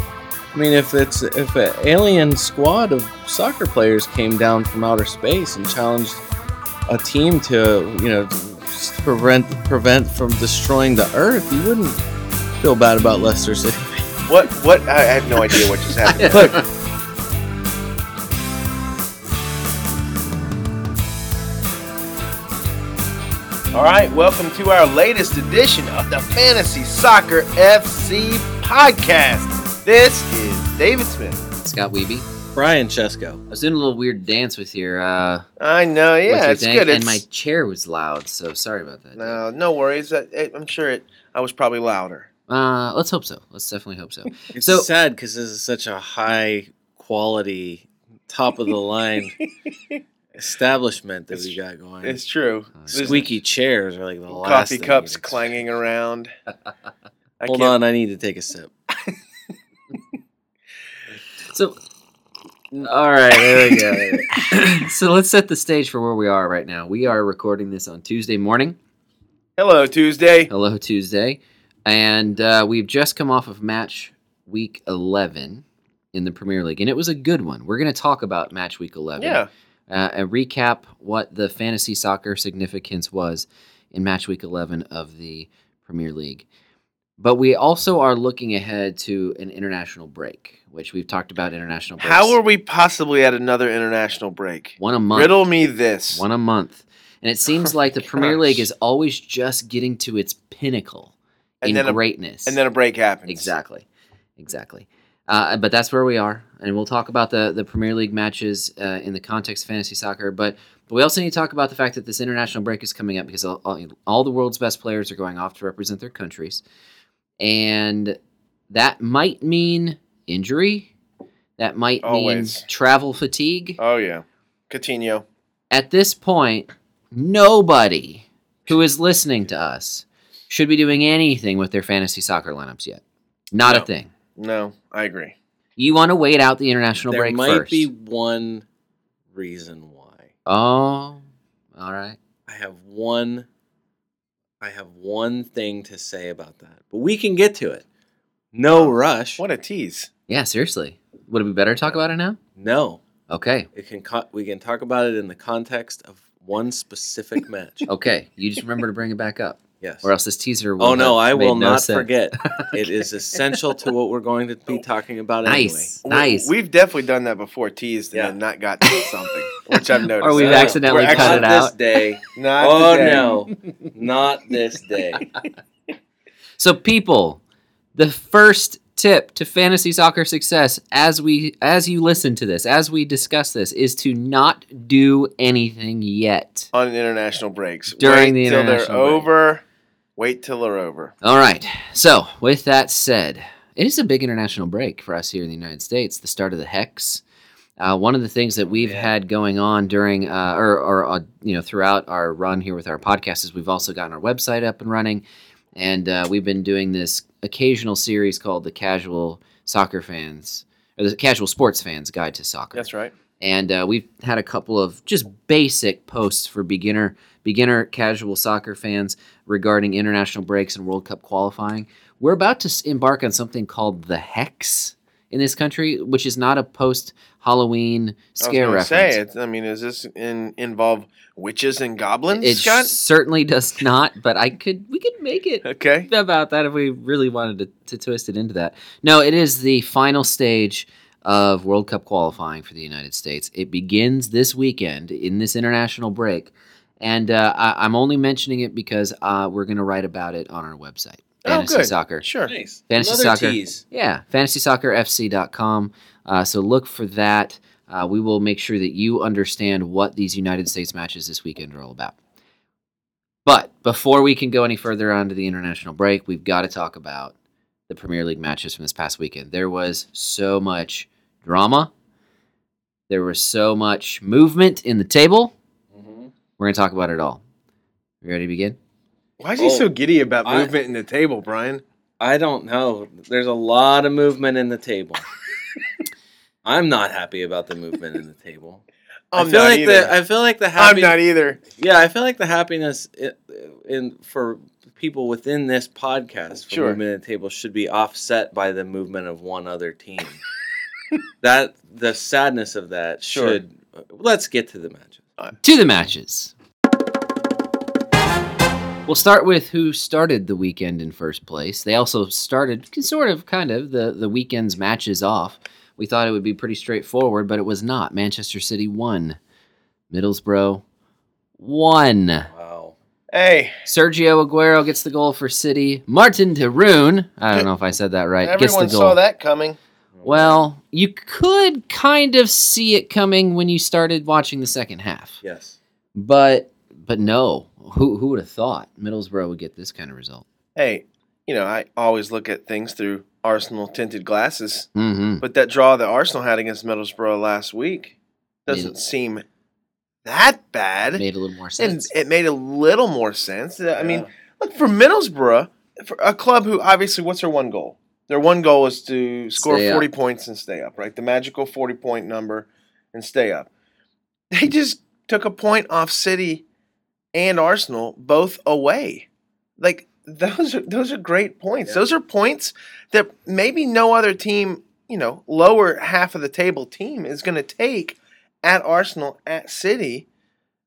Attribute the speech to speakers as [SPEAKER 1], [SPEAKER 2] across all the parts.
[SPEAKER 1] I mean, if it's if an alien squad of soccer players came down from outer space and challenged a team to you know to prevent prevent from destroying the Earth, you wouldn't feel bad about Leicester City.
[SPEAKER 2] What? What? I I have no idea what just happened.
[SPEAKER 1] Look,
[SPEAKER 2] All right, welcome to our latest edition of the Fantasy Soccer FC podcast. This is David Smith.
[SPEAKER 3] Scott Weeby.
[SPEAKER 1] Brian Chesko.
[SPEAKER 3] I was doing a little weird dance with your uh
[SPEAKER 2] I know,
[SPEAKER 3] with
[SPEAKER 2] yeah,
[SPEAKER 3] your
[SPEAKER 2] it's
[SPEAKER 3] thing,
[SPEAKER 2] good.
[SPEAKER 3] and
[SPEAKER 2] It's,
[SPEAKER 3] my chair was loud, so sorry about that.
[SPEAKER 2] no, no worries. I, I- I'm sure it. I was probably louder.
[SPEAKER 3] Uh let's hope so. Let's definitely hope so.
[SPEAKER 1] It's
[SPEAKER 3] So-
[SPEAKER 1] sad because this is such a high quality, top of the line establishment that we got going.
[SPEAKER 2] It's true.
[SPEAKER 3] Uh,
[SPEAKER 2] There's
[SPEAKER 1] Squeaky chairs are like the last
[SPEAKER 2] coffee
[SPEAKER 1] thing you'd
[SPEAKER 2] cups
[SPEAKER 1] expect.
[SPEAKER 2] clanging around. I
[SPEAKER 1] Hold
[SPEAKER 2] can't-
[SPEAKER 1] on, I need to take a sip.
[SPEAKER 3] So all right, there we go. so let's set the stage for where we are right now. We are recording this on Tuesday morning.
[SPEAKER 2] Hello, Tuesday.
[SPEAKER 3] Hello Tuesday. And uh, we've just come off of match week 11 in the Premier League, and it was a good one. We're going to talk about match week 11.
[SPEAKER 2] Yeah,
[SPEAKER 3] uh, and recap what the fantasy soccer significance was in match week 11 of the Premier League. But we also are looking ahead to an international break, which we've talked about international breaks.
[SPEAKER 2] how are we possibly at another international break?
[SPEAKER 3] one a month?
[SPEAKER 2] Riddle me this.
[SPEAKER 3] One a month. And it seems like the Premier
[SPEAKER 2] Oh gosh.
[SPEAKER 3] League is always just getting to its pinnacle
[SPEAKER 2] And
[SPEAKER 3] in
[SPEAKER 2] then a-
[SPEAKER 3] greatness.
[SPEAKER 2] And then a break happens.
[SPEAKER 3] Exactly, exactly. Uh, but that's where we are, and we'll talk about the the Premier League matches uh, in the context of fantasy soccer. But we also need to talk about the fact that this international break is coming up because all, all, all the world's best players are going off to represent their countries, and that might mean injury. That might
[SPEAKER 2] Always.
[SPEAKER 3] mean travel fatigue.
[SPEAKER 2] Oh yeah, Coutinho.
[SPEAKER 3] At this point, nobody who is listening to us should be doing anything with their fantasy soccer lineups yet. Not
[SPEAKER 2] No.
[SPEAKER 3] a thing.
[SPEAKER 2] No, I agree.
[SPEAKER 3] You want to wait out the international
[SPEAKER 1] there
[SPEAKER 3] break
[SPEAKER 1] might
[SPEAKER 3] first.
[SPEAKER 1] be one reason why.
[SPEAKER 3] Oh, all right.
[SPEAKER 1] I have one I have one thing to say about that. But we can get to it. No rush.
[SPEAKER 2] What a tease.
[SPEAKER 3] Yeah, seriously. Would it be better to talk about it now?
[SPEAKER 1] No.
[SPEAKER 3] Okay.
[SPEAKER 1] It can co- we can talk about it in the context of one specific match.
[SPEAKER 3] Okay. You just remember to bring it back up,
[SPEAKER 1] Yes.
[SPEAKER 3] or else this teaser will.
[SPEAKER 1] Oh no,
[SPEAKER 3] have
[SPEAKER 1] I will
[SPEAKER 3] made no
[SPEAKER 1] not
[SPEAKER 3] sense.
[SPEAKER 1] forget. It is essential to what we're going to be talking about anyway.
[SPEAKER 3] Nice. Nice.
[SPEAKER 2] We, have definitely done that before, teased and
[SPEAKER 1] Yeah.
[SPEAKER 2] then not gotten to something, which I've noticed.
[SPEAKER 3] Or we've
[SPEAKER 1] No,
[SPEAKER 3] accidentally
[SPEAKER 1] we're
[SPEAKER 3] cut
[SPEAKER 1] not
[SPEAKER 3] it out.
[SPEAKER 1] this day.
[SPEAKER 2] Not
[SPEAKER 1] oh
[SPEAKER 2] today.
[SPEAKER 1] no. Not this day.
[SPEAKER 3] so, people, the first tip to fantasy soccer success as we as you listen to this, as we discuss this, is to not do anything yet.
[SPEAKER 2] On international breaks.
[SPEAKER 3] During
[SPEAKER 2] wait
[SPEAKER 3] the
[SPEAKER 2] till they're
[SPEAKER 3] international break.
[SPEAKER 2] over. Wait till they're over.
[SPEAKER 3] All right. So, with that said, it is a big international break for us here in the United States, the start of the hex. Uh, one of the things that we've
[SPEAKER 1] yeah.
[SPEAKER 3] had going on during, uh, or, or uh, you know, throughout our run here with our podcast is we've also gotten our website up and running, and uh, we've been doing this occasional series called the Casual Soccer Fans or the Casual Sports Fans Guide to Soccer
[SPEAKER 2] That's right.
[SPEAKER 3] and uh, we've had a couple of just basic posts for beginner beginner casual soccer fans regarding international breaks and World Cup qualifying. We're about to s- embark on something called the hex in this country, which is not a post Halloween scare
[SPEAKER 2] I was gonna
[SPEAKER 3] reference.
[SPEAKER 2] Say, it's, I mean, does this in, involve witches and goblins,
[SPEAKER 3] it
[SPEAKER 2] Scott?
[SPEAKER 3] certainly does not, but I could we could make it
[SPEAKER 2] Okay.
[SPEAKER 3] about that if we really wanted to, to twist it into that. No, it is the final stage of World Cup qualifying for the United States. It begins this weekend in this international break. And uh, I, I'm only mentioning it because uh, we're going to write about it on our website,
[SPEAKER 2] Oh,
[SPEAKER 3] Fantasy
[SPEAKER 2] good.
[SPEAKER 3] Soccer.
[SPEAKER 2] Sure.
[SPEAKER 1] Nice.
[SPEAKER 3] Fantasy
[SPEAKER 1] Another
[SPEAKER 3] soccer.
[SPEAKER 1] tease.
[SPEAKER 3] Yeah, fantasysoccerfc.com. Uh, so look for that. Uh, we will make sure that you understand what these United States matches this weekend are all about. But before we can go any further on to the international break, we've got to talk about the Premier League matches from this past weekend. There was so much drama, there was so much movement in the table.
[SPEAKER 1] Mhm.
[SPEAKER 3] We're going to talk about it all. You ready to begin?
[SPEAKER 2] Why is he
[SPEAKER 1] Oh,
[SPEAKER 2] so giddy about
[SPEAKER 1] I-
[SPEAKER 2] movement in the table, Brian?
[SPEAKER 1] I don't know. There's a lot of movement in the table. I'm not happy about the movement in the table.
[SPEAKER 2] I'm
[SPEAKER 1] I feel
[SPEAKER 2] not
[SPEAKER 1] like
[SPEAKER 2] either.
[SPEAKER 1] the I feel like the
[SPEAKER 2] I'm
[SPEAKER 1] happy,
[SPEAKER 2] e-, not either.
[SPEAKER 1] yeah I feel like the happiness in, in for people within this podcast for
[SPEAKER 2] Sure.
[SPEAKER 1] movement at the table should be offset by the movement of one other team. that the sadness of that
[SPEAKER 2] Sure.
[SPEAKER 1] should. Let's get to the matches.
[SPEAKER 3] to the matches. We'll start with who started the weekend in first place. They also started sort of kind of the, the weekend's matches off. We thought it would be pretty straightforward, but it was not. Manchester City won. Middlesbrough won.
[SPEAKER 1] Wow.
[SPEAKER 2] Hey,
[SPEAKER 3] Sergio Aguero gets the goal for City. Martin Tarun, I don't know if I said that right, gets the
[SPEAKER 2] everyone
[SPEAKER 3] goal.
[SPEAKER 2] saw that coming.
[SPEAKER 3] Well, you could kind of see it coming when you started watching the second half.
[SPEAKER 1] Yes.
[SPEAKER 3] But but no, who who would have thought Middlesbrough would get this kind of result?
[SPEAKER 2] Hey, you know, I always look at things through Arsenal tinted glasses,
[SPEAKER 3] Mm-hmm.
[SPEAKER 2] but that draw that Arsenal had against Middlesbrough last week doesn't seem that bad.
[SPEAKER 3] Made a little more
[SPEAKER 2] And
[SPEAKER 3] sense.
[SPEAKER 2] it made a little more sense. I mean,
[SPEAKER 1] Yeah.
[SPEAKER 2] look for Middlesbrough, for a club who obviously, what's their one goal? Their one goal is to score
[SPEAKER 3] Stay up.
[SPEAKER 2] forty points and stay up, right? The magical forty point number and stay up. They just took a point off City and Arsenal both away. Like those are those are great points.
[SPEAKER 1] Yeah.
[SPEAKER 2] Those are points that maybe no other team, you know, lower half of the table team is going to take at Arsenal at City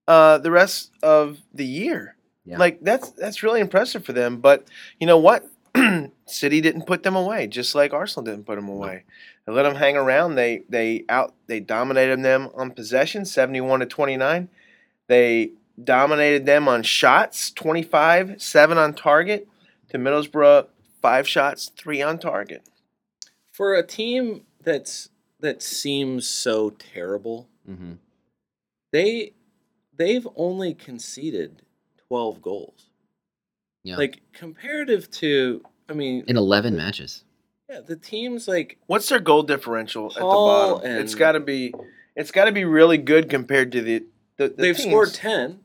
[SPEAKER 2] uh, the rest of the year.
[SPEAKER 3] Yeah.
[SPEAKER 2] Like that's that's really impressive for them. But you know what? City didn't put them away, just like Arsenal didn't put them away. They let them hang around. They they out they dominated them on possession, seventy one to twenty nine. They dominated them on shots, twenty five seven on target to Middlesbrough. Five shots, three on target.
[SPEAKER 1] For a team that's that seems so terrible,
[SPEAKER 3] hmm
[SPEAKER 1] they they've only conceded twelve goals.
[SPEAKER 3] Yeah.
[SPEAKER 1] Like comparative to, I mean,
[SPEAKER 3] In eleven matches.
[SPEAKER 1] yeah, the teams like
[SPEAKER 2] What's their goal differential at the
[SPEAKER 1] Paul
[SPEAKER 2] bottom?
[SPEAKER 1] and-
[SPEAKER 2] It's got to be, it's got to be really good compared to the. the, the
[SPEAKER 1] they've
[SPEAKER 2] teams.
[SPEAKER 1] scored ten.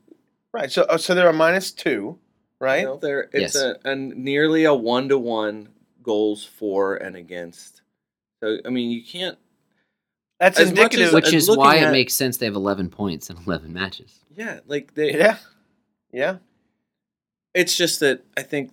[SPEAKER 2] right. So oh, so they're a minus two, right?
[SPEAKER 1] You know, there it's
[SPEAKER 3] Yes.
[SPEAKER 1] a, a nearly a one to one goals for and against. So I mean, you can't.
[SPEAKER 2] That's
[SPEAKER 1] As much
[SPEAKER 2] indicative.
[SPEAKER 1] as-
[SPEAKER 3] Which
[SPEAKER 1] and
[SPEAKER 3] is
[SPEAKER 1] looking
[SPEAKER 3] why it
[SPEAKER 1] at-
[SPEAKER 3] makes sense they have eleven points in eleven matches.
[SPEAKER 1] Yeah, like they.
[SPEAKER 2] yeah, yeah.
[SPEAKER 1] It's just that I think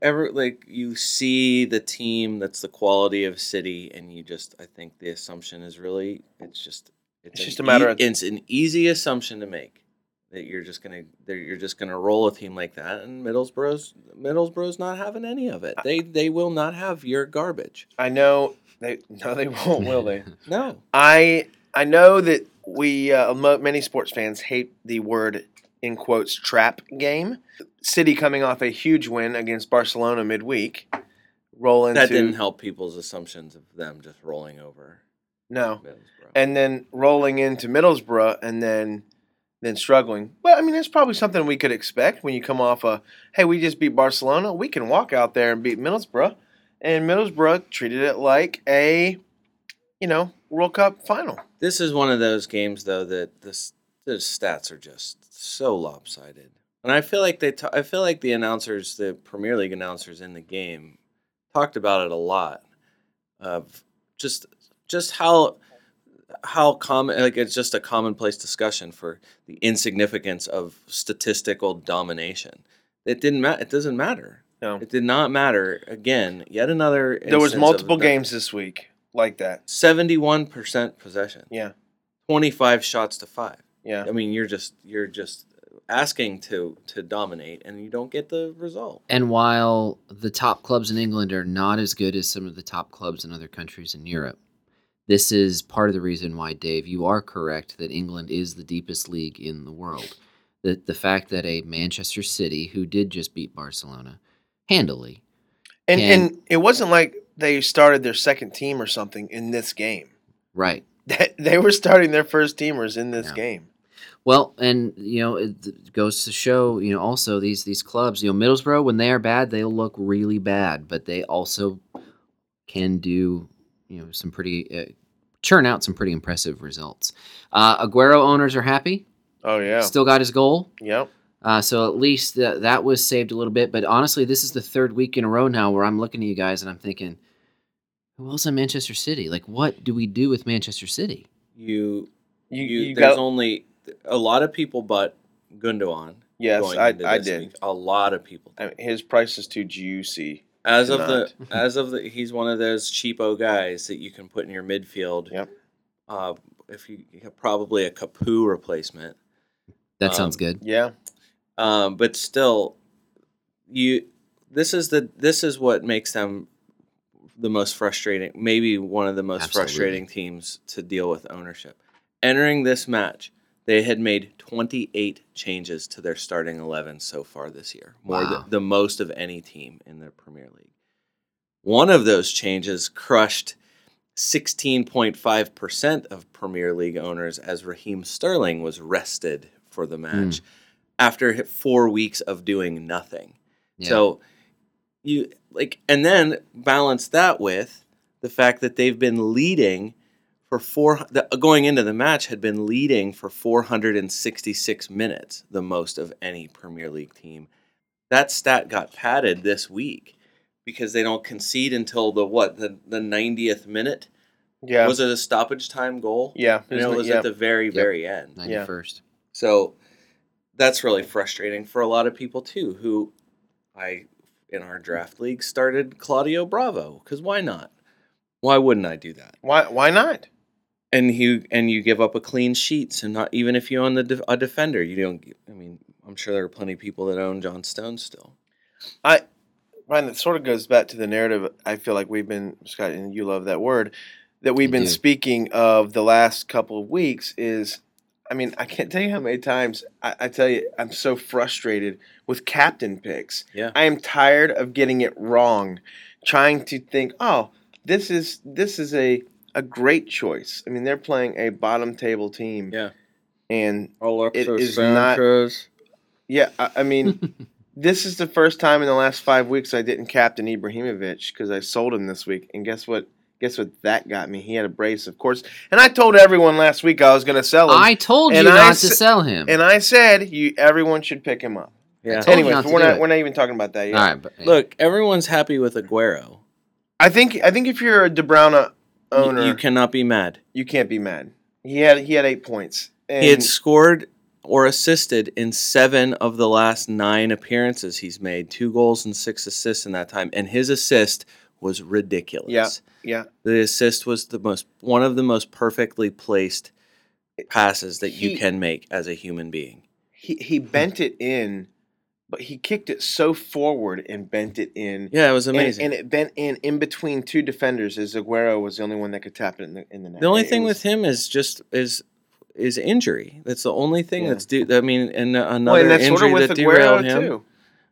[SPEAKER 1] ever like you see the team that's the quality of City, and you just I think the assumption is really it's just
[SPEAKER 2] It's
[SPEAKER 1] an
[SPEAKER 2] just a matter
[SPEAKER 1] ea-
[SPEAKER 2] of-
[SPEAKER 1] it's an easy assumption to make that you're just gonna that you're just gonna roll a team like that, and Middlesbrough's Middlesbrough's not having any of it. They they will not have your garbage.
[SPEAKER 2] I know. They no, they won't, Oh, will they?
[SPEAKER 1] No.
[SPEAKER 2] I I know that we uh, mo- many sports fans hate the word in quotes trap game. City coming off a huge win against Barcelona midweek, roll into
[SPEAKER 1] that didn't help people's assumptions of them just rolling over
[SPEAKER 2] no,
[SPEAKER 1] Middlesbrough.
[SPEAKER 2] and then rolling into Middlesbrough, and then then struggling. Well, I mean, that's probably something we could expect when you come off a hey, we just beat Barcelona. We can walk out there and beat Middlesbrough, and Middlesbrough treated it like a you know World Cup final.
[SPEAKER 1] this is one of those games though that this the stats are just so lopsided, and I feel like they ta- I feel like the announcers, the Premier League announcers in the game, talked about it a lot of just just how how common like it's just a commonplace discussion for the insignificance of statistical domination. It didn't matter. It doesn't matter.
[SPEAKER 2] No.
[SPEAKER 1] It did not matter. Again, yet another.
[SPEAKER 2] There was
[SPEAKER 1] instance of
[SPEAKER 2] multiple
[SPEAKER 1] the-
[SPEAKER 2] games this week like that.
[SPEAKER 1] 71% possession.
[SPEAKER 2] Yeah.
[SPEAKER 1] 25 shots to 5.
[SPEAKER 2] Yeah.
[SPEAKER 1] I mean, you're just you're just asking to to dominate and you don't get the result.
[SPEAKER 3] And while the top clubs in England are not as good as some of the top clubs in other countries in Europe, this is part of the reason why, Dave, you are correct that England is the deepest league in the world. The, the fact that a Manchester City, who did just beat Barcelona handily,
[SPEAKER 2] And
[SPEAKER 3] And-
[SPEAKER 2] and it wasn't like they started their second team or something in this game.
[SPEAKER 3] right?
[SPEAKER 2] That they were starting their first teamers in this
[SPEAKER 3] Yeah.
[SPEAKER 2] game.
[SPEAKER 3] Well, and you know it goes to show, you know, also these these clubs, you know, Middlesbrough when they are bad, they look really bad, but they also can do, you know, some pretty uh, churn out some pretty impressive results. Uh, Aguero owners are happy.
[SPEAKER 2] Oh yeah.
[SPEAKER 3] Still got his goal.
[SPEAKER 2] Yep.
[SPEAKER 3] Uh, so at least th- that was saved a little bit. But honestly, this is the third week in a row now where I'm looking at you guys and I'm thinking, who else in Manchester City? Like, what do we do with Manchester City?
[SPEAKER 1] You
[SPEAKER 2] You
[SPEAKER 1] you,
[SPEAKER 2] you
[SPEAKER 1] there's
[SPEAKER 2] got
[SPEAKER 1] only a lot of people but Gundogan
[SPEAKER 2] Yes,
[SPEAKER 1] going
[SPEAKER 2] I,
[SPEAKER 1] into
[SPEAKER 2] I
[SPEAKER 1] this
[SPEAKER 2] did.
[SPEAKER 1] week. A lot of people.
[SPEAKER 2] I mean, his price is too juicy.
[SPEAKER 1] As
[SPEAKER 2] Did
[SPEAKER 1] of the as of the he's one of those cheapo guys that you can put in your midfield.
[SPEAKER 2] Yep.
[SPEAKER 1] Uh, if you you have probably a Capu replacement.
[SPEAKER 3] That
[SPEAKER 1] Um,
[SPEAKER 3] sounds good.
[SPEAKER 2] Yeah,
[SPEAKER 1] um, but still you this is the this is what makes them the most frustrating maybe one of the most
[SPEAKER 3] Absolutely.
[SPEAKER 1] frustrating teams to deal with ownership entering this match they had made 28 changes to their starting 11 so far this year more
[SPEAKER 3] Wow.
[SPEAKER 1] than the most of any team in the premier league one of those changes crushed 16.5% of Premier League owners as Raheem Sterling was rested for the match after hi- four weeks of doing nothing.
[SPEAKER 3] Yeah.
[SPEAKER 1] So you like, and then balance that with the fact that they've been leading for four, the, uh, going into the match, had been leading for 466 minutes, the most of any Premier League team. That stat got padded this week because they don't concede until the what the, the 90th minute
[SPEAKER 2] yeah,
[SPEAKER 1] was it a stoppage time goal
[SPEAKER 2] yeah.
[SPEAKER 1] and it
[SPEAKER 2] Isn't it-
[SPEAKER 1] was
[SPEAKER 2] yeah.
[SPEAKER 1] at the very
[SPEAKER 3] Yep.
[SPEAKER 1] very end
[SPEAKER 3] 91st.
[SPEAKER 1] so that's really frustrating for a lot of people too, who I in our draft league started Claudio Bravo because why not? Why wouldn't I do that?
[SPEAKER 2] why? Why not?
[SPEAKER 1] And you and you give up a clean sheet, so not even if you own the def- a defender, you don't. g- I mean, I'm sure there are plenty of people that own John Stone still.
[SPEAKER 2] I, Ryan, that sort of goes back to the narrative. I feel like we've been Scott, and you love that word that we've
[SPEAKER 3] I
[SPEAKER 2] been
[SPEAKER 3] do.
[SPEAKER 2] speaking of the last couple of weeks. Is I mean, I can't tell you how many times I, I tell you I'm so frustrated with captain picks.
[SPEAKER 1] Yeah.
[SPEAKER 2] I am tired of getting it wrong, trying to think, oh, this is this is a a great choice. I mean, they're playing a bottom table team.
[SPEAKER 1] Yeah.
[SPEAKER 2] and
[SPEAKER 1] Alexis
[SPEAKER 2] It is not- yeah, I, I mean. This is the first time in the last five weeks I didn't captain Ibrahimovic because I sold him this week, and guess what? Guess what? That got me. He had a brace, of course, and I told everyone last week I was going to sell him,
[SPEAKER 3] I told you
[SPEAKER 2] and I
[SPEAKER 3] not to
[SPEAKER 2] s-
[SPEAKER 3] sell him.
[SPEAKER 2] and I said you everyone should pick him up.
[SPEAKER 1] Yeah.
[SPEAKER 3] Told you
[SPEAKER 2] Anyway,
[SPEAKER 3] not to
[SPEAKER 2] we're
[SPEAKER 3] do
[SPEAKER 2] not
[SPEAKER 3] it.
[SPEAKER 2] we're not even talking about that yet.
[SPEAKER 3] All right, but
[SPEAKER 1] Look, everyone's happy with Aguero.
[SPEAKER 2] I think I think if you're a DeBrowna
[SPEAKER 1] Y-
[SPEAKER 2] owner,
[SPEAKER 1] you
[SPEAKER 2] you,
[SPEAKER 1] cannot be mad.
[SPEAKER 2] can't be mad. He had he had eight points. And
[SPEAKER 1] He had scored or assisted in seven of the last nine appearances he's made, two goals and six assists in that time. And his assist was ridiculous.
[SPEAKER 2] Yeah. yeah,
[SPEAKER 1] The assist was the most one of the most perfectly placed passes that
[SPEAKER 2] He-
[SPEAKER 1] you can make as a human being.
[SPEAKER 2] he he bent it in, but he kicked it so forward and bent it in.
[SPEAKER 1] Yeah, it was
[SPEAKER 2] And-
[SPEAKER 1] amazing.
[SPEAKER 2] And, it bent in in between two defenders as Aguero was the only one that could tap it in the, in the net.
[SPEAKER 1] the only
[SPEAKER 2] It
[SPEAKER 1] thing
[SPEAKER 2] was-
[SPEAKER 1] with him is just is is injury. That's the only thing
[SPEAKER 2] Yeah.
[SPEAKER 1] that's due. I mean, and another
[SPEAKER 2] well, and that's
[SPEAKER 1] injury
[SPEAKER 2] sort of with
[SPEAKER 1] that
[SPEAKER 2] Aguero
[SPEAKER 1] derailed him.
[SPEAKER 2] too,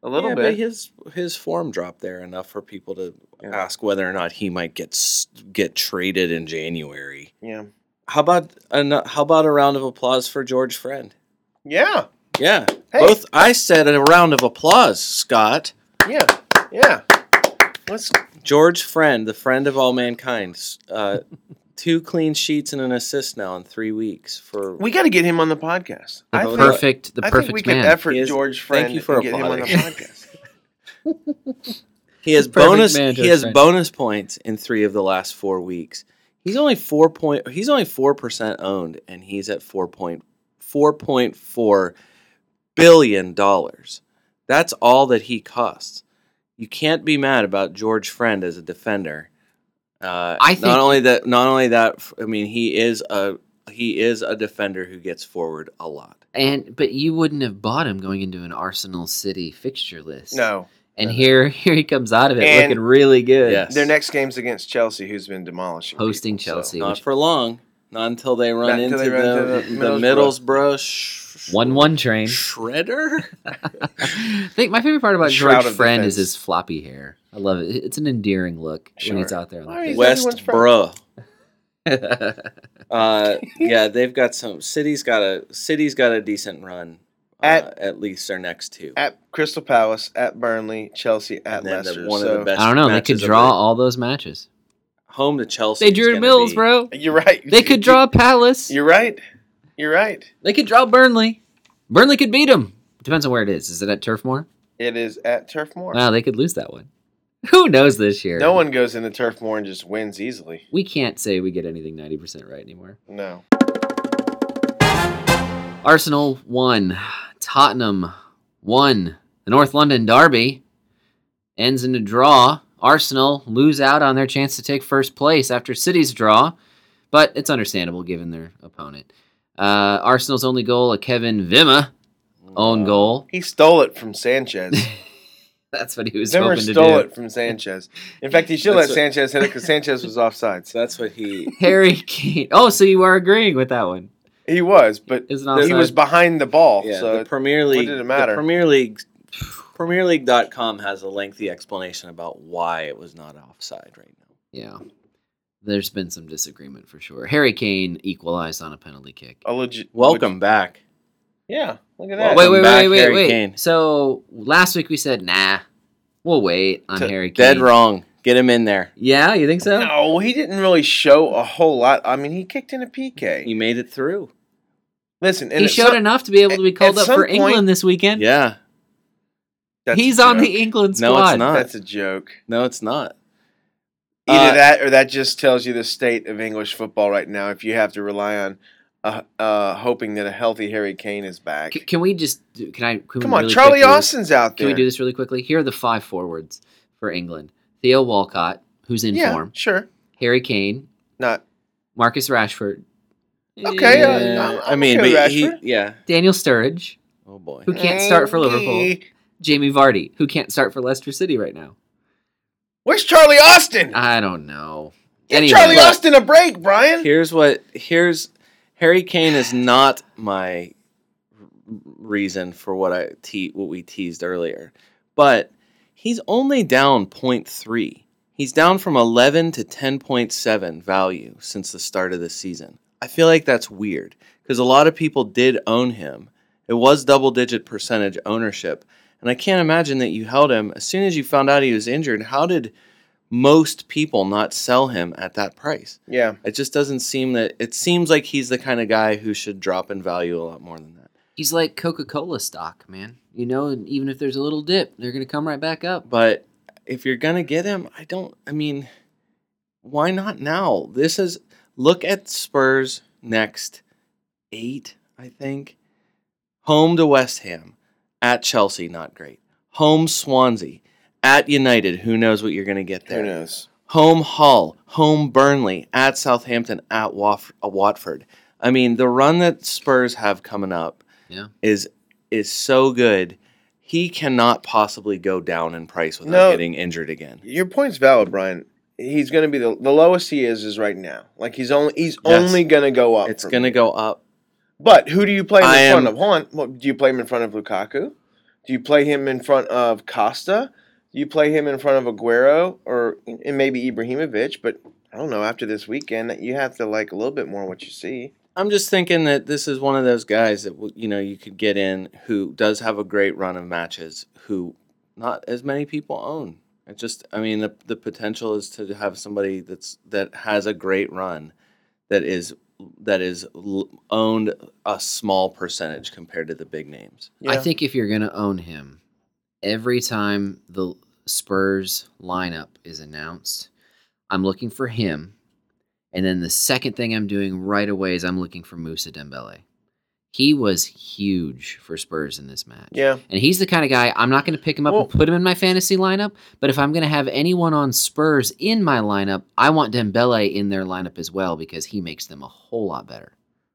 [SPEAKER 2] a little
[SPEAKER 1] yeah,
[SPEAKER 2] bit.
[SPEAKER 1] But his his form dropped there enough for people to
[SPEAKER 2] Yeah.
[SPEAKER 1] ask whether or not he might get s- get traded in January.
[SPEAKER 2] yeah,
[SPEAKER 1] How about an, how about a round of applause for George Friend?
[SPEAKER 2] yeah,
[SPEAKER 1] Yeah,
[SPEAKER 2] Hey.
[SPEAKER 1] both. I said a round of applause, Scott.
[SPEAKER 2] yeah, yeah. Let's
[SPEAKER 1] George Friend, the friend of all mankind. s- Uh, two clean sheets and an assist now in three weeks for.
[SPEAKER 2] we got to get him on the podcast.
[SPEAKER 3] the
[SPEAKER 2] I think,
[SPEAKER 3] perfect, the
[SPEAKER 2] I think we
[SPEAKER 3] perfect
[SPEAKER 2] could
[SPEAKER 3] man.
[SPEAKER 2] effort
[SPEAKER 1] He is-
[SPEAKER 2] George
[SPEAKER 1] thank
[SPEAKER 2] Friend
[SPEAKER 1] you for
[SPEAKER 2] and get him on the
[SPEAKER 1] applauding.
[SPEAKER 2] podcast.
[SPEAKER 1] He has
[SPEAKER 3] Perfect
[SPEAKER 1] bonus.
[SPEAKER 3] man,
[SPEAKER 1] He
[SPEAKER 3] George
[SPEAKER 1] has
[SPEAKER 3] Friend.
[SPEAKER 1] bonus points in three of the last four weeks. He's only four point. He's only four percent owned, and he's at four point four point four billion dollars. That's all that he costs. You can't be mad about George Friend as a defender. Uh,
[SPEAKER 3] I think-
[SPEAKER 1] not only that. Not only that. f- I mean, he is a he is a defender who gets forward a lot.
[SPEAKER 3] and but you wouldn't have bought him going into an Arsenal City fixture list.
[SPEAKER 2] No,
[SPEAKER 3] And here, here he comes out of it
[SPEAKER 2] And-
[SPEAKER 3] looking really good.
[SPEAKER 1] Yes.
[SPEAKER 2] their next game's against Chelsea, who's been demolishing.
[SPEAKER 3] Hosting
[SPEAKER 2] people, so-
[SPEAKER 3] Chelsea.
[SPEAKER 1] Not
[SPEAKER 3] which
[SPEAKER 1] for long. Not until they run
[SPEAKER 2] Not
[SPEAKER 1] into
[SPEAKER 2] until they
[SPEAKER 1] the,
[SPEAKER 2] run into
[SPEAKER 1] the,
[SPEAKER 2] the Middlesbrough.
[SPEAKER 1] Middlesbrough. Sh-
[SPEAKER 3] One-one train.
[SPEAKER 1] Shredder?
[SPEAKER 3] I think my favorite part about
[SPEAKER 2] The shroud
[SPEAKER 3] George
[SPEAKER 2] of
[SPEAKER 3] Friend
[SPEAKER 2] defense.
[SPEAKER 3] is his floppy hair. I love it. It's an endearing look when he's
[SPEAKER 2] Sure.
[SPEAKER 3] out there.
[SPEAKER 2] Why
[SPEAKER 3] Like
[SPEAKER 2] is
[SPEAKER 3] this.
[SPEAKER 2] that-
[SPEAKER 1] West
[SPEAKER 2] everyone's friend.
[SPEAKER 1] Bruh.
[SPEAKER 3] At
[SPEAKER 1] Uh, yeah, they've got some. City's got a city's got a decent run. Uh, at,
[SPEAKER 2] At-
[SPEAKER 1] least their next two.
[SPEAKER 2] At Crystal Palace, at Burnley, Chelsea, at
[SPEAKER 1] And they have the-
[SPEAKER 2] Leicester.
[SPEAKER 1] one of the
[SPEAKER 2] so-
[SPEAKER 1] best.
[SPEAKER 3] I don't know. They
[SPEAKER 1] matches
[SPEAKER 3] could
[SPEAKER 1] of the-
[SPEAKER 3] draw all those matches.
[SPEAKER 1] home to Chelsea.
[SPEAKER 3] They
[SPEAKER 1] is
[SPEAKER 3] drew
[SPEAKER 1] gonna
[SPEAKER 3] Mills,
[SPEAKER 1] be-
[SPEAKER 3] bro.
[SPEAKER 2] You're right.
[SPEAKER 3] They could draw Palace.
[SPEAKER 2] You're right. You're right.
[SPEAKER 3] They could draw Burnley. Burnley could beat them. Depends on where it is. Is it at Turf Moor?
[SPEAKER 2] It is at Turf Moor.
[SPEAKER 3] Wow, they could lose that one. Who knows this year?
[SPEAKER 2] No one goes into Turf Moor and just wins easily.
[SPEAKER 3] We can't say we get anything 90% right anymore.
[SPEAKER 2] No.
[SPEAKER 3] Arsenal 1, Tottenham One, the North London Derby ends in a draw. Arsenal lose out on their chance to take first place after City's draw, but it's understandable given their opponent. Uh, Arsenal's only goal, a Kevin Vimma own goal.
[SPEAKER 2] He stole it from Sanchez.
[SPEAKER 3] That's what he was
[SPEAKER 2] Zimmer
[SPEAKER 3] hoping to
[SPEAKER 2] stole
[SPEAKER 3] do.
[SPEAKER 2] it from Sanchez. In fact, he should let
[SPEAKER 1] That's what-
[SPEAKER 2] Sanchez hit it because Sanchez was offsides.
[SPEAKER 1] So that's what he.
[SPEAKER 3] Harry Kane. Oh, so you are agreeing with that one?
[SPEAKER 2] He was, but
[SPEAKER 3] It's an
[SPEAKER 2] he was
[SPEAKER 3] offside.
[SPEAKER 2] behind the ball.
[SPEAKER 1] Yeah,
[SPEAKER 2] so
[SPEAKER 1] the Premier League.
[SPEAKER 2] did it
[SPEAKER 1] the
[SPEAKER 2] matter?
[SPEAKER 1] Premier League. Premier League.com has a lengthy explanation about why it was not offside right now.
[SPEAKER 3] Yeah. There's been some disagreement for sure. Harry Kane equalized on a penalty kick.
[SPEAKER 2] a legit.
[SPEAKER 1] Welcome back.
[SPEAKER 2] yeah, look at
[SPEAKER 1] Well,
[SPEAKER 2] that.
[SPEAKER 3] wait, wait,
[SPEAKER 1] back,
[SPEAKER 3] wait, wait,
[SPEAKER 1] Harry
[SPEAKER 3] wait.
[SPEAKER 1] Kane.
[SPEAKER 3] So last week we said, nah, we'll wait on
[SPEAKER 2] To-
[SPEAKER 3] Harry Kane.
[SPEAKER 1] Dead wrong. Get him in there.
[SPEAKER 3] Yeah, you think so?
[SPEAKER 2] No, he didn't really show a whole lot. I mean, he kicked in a PK.
[SPEAKER 1] He made it through.
[SPEAKER 2] Listen, and
[SPEAKER 3] He
[SPEAKER 2] at
[SPEAKER 3] showed
[SPEAKER 2] some-
[SPEAKER 3] enough to be able to be
[SPEAKER 2] at-
[SPEAKER 3] called
[SPEAKER 2] at
[SPEAKER 3] up for
[SPEAKER 2] some point-
[SPEAKER 3] England this weekend.
[SPEAKER 1] Yeah.
[SPEAKER 2] That's a
[SPEAKER 3] He's on
[SPEAKER 2] joke.
[SPEAKER 3] the England
[SPEAKER 1] No, it's
[SPEAKER 3] squad.
[SPEAKER 1] not.
[SPEAKER 2] That's a joke.
[SPEAKER 1] No, it's not.
[SPEAKER 2] Either
[SPEAKER 1] Uh,
[SPEAKER 2] that, or that just tells you the state of English football right now. If you have to rely on uh, uh, hoping that a healthy Harry Kane is back.
[SPEAKER 3] C- can we just? do- Can I? Can
[SPEAKER 2] Come
[SPEAKER 3] we
[SPEAKER 2] on,
[SPEAKER 3] really
[SPEAKER 2] Charlie
[SPEAKER 3] quickly-
[SPEAKER 2] Austin's out
[SPEAKER 3] Can
[SPEAKER 2] there.
[SPEAKER 3] we do this really quickly? Here are the five forwards for England: Theo Walcott, who's in
[SPEAKER 2] Yeah,
[SPEAKER 3] form;
[SPEAKER 2] sure.
[SPEAKER 3] Harry Kane,
[SPEAKER 2] Not
[SPEAKER 3] Marcus Rashford,
[SPEAKER 2] Okay, uh,
[SPEAKER 3] eh,
[SPEAKER 2] I'm-
[SPEAKER 1] I mean,
[SPEAKER 2] okay with
[SPEAKER 1] but he,
[SPEAKER 2] Rashford.
[SPEAKER 1] yeah.
[SPEAKER 3] Daniel Sturridge,
[SPEAKER 1] Oh boy.
[SPEAKER 3] who can't start for Liverpool;
[SPEAKER 2] Okay.
[SPEAKER 3] Jamie Vardy, who can't start for Leicester City right now.
[SPEAKER 2] Where's Charlie Austin?
[SPEAKER 3] I don't know.
[SPEAKER 2] Give
[SPEAKER 3] Uh, Anyway,
[SPEAKER 2] Charlie Austin a break, Brian.
[SPEAKER 1] Here's what. Here's Harry Kane is not my r- reason for what I te- what we teased earlier, but he's only down 0.3. He's down from 11 to 10.7 value since the start of the season. I feel like that's weird because a lot of people did own him. It was double digit percentage ownership. And I can't imagine that you held him as soon as you found out he was injured. How did most people not sell him at that price?
[SPEAKER 2] Yeah.
[SPEAKER 1] It just doesn't seem that it seems like he's the kind of guy who should drop in value a lot more than that.
[SPEAKER 3] he's like Coca-Cola stock, man. You know, and even if there's a little dip, they're gonna come right back up.
[SPEAKER 1] But if you're gonna get him, I don't I mean why not now? This is look at Spurs next eight, I think. Home to West Ham. At Chelsea, not great. Home Swansea. At United, who knows what you're gonna get there.
[SPEAKER 2] Who knows?
[SPEAKER 1] home Hull, home Burnley, at Southampton, at Watf- uh, Watford. I mean, the run that Spurs have coming up
[SPEAKER 3] Yeah.
[SPEAKER 1] is is so good. He cannot possibly go down in price without
[SPEAKER 2] No.
[SPEAKER 1] getting injured again.
[SPEAKER 2] Your point's valid, Brian. He's going to be the, the lowest he is is right now. Like he's only he's
[SPEAKER 1] Yes.
[SPEAKER 2] only going to go up.
[SPEAKER 1] It's
[SPEAKER 2] from
[SPEAKER 1] going to
[SPEAKER 2] here.
[SPEAKER 1] go up.
[SPEAKER 2] But who do you play him in
[SPEAKER 1] I
[SPEAKER 2] front
[SPEAKER 1] am-
[SPEAKER 2] of? Hold on. What, do you play him in front of Lukaku? Do you play him in front of Costa? Do you play him in front of Aguero or and maybe Ibrahimovic? But I don't know. After this weekend, you have to like a little bit more what you see.
[SPEAKER 1] I'm just thinking that this is one of those guys that w- you know you could get in who does have a great run of matches who not as many people own. It just I mean the the potential is to have somebody that's that has a great run that is that is l- owned a small percentage compared to the big names.
[SPEAKER 2] Yeah.
[SPEAKER 3] I think if you're gonna own him, every time the Spurs lineup is announced, I'm looking for him, and then the second thing I'm doing right away is I'm looking for Musa Dembele. He was huge for Spurs in this match.
[SPEAKER 2] Yeah.
[SPEAKER 3] And he's the kind of guy I'm not going to pick him up and
[SPEAKER 2] Well-
[SPEAKER 3] put him in my fantasy lineup. But if I'm going to have anyone on Spurs in my lineup, I want Dembele in their lineup as well because he makes them a whole lot better.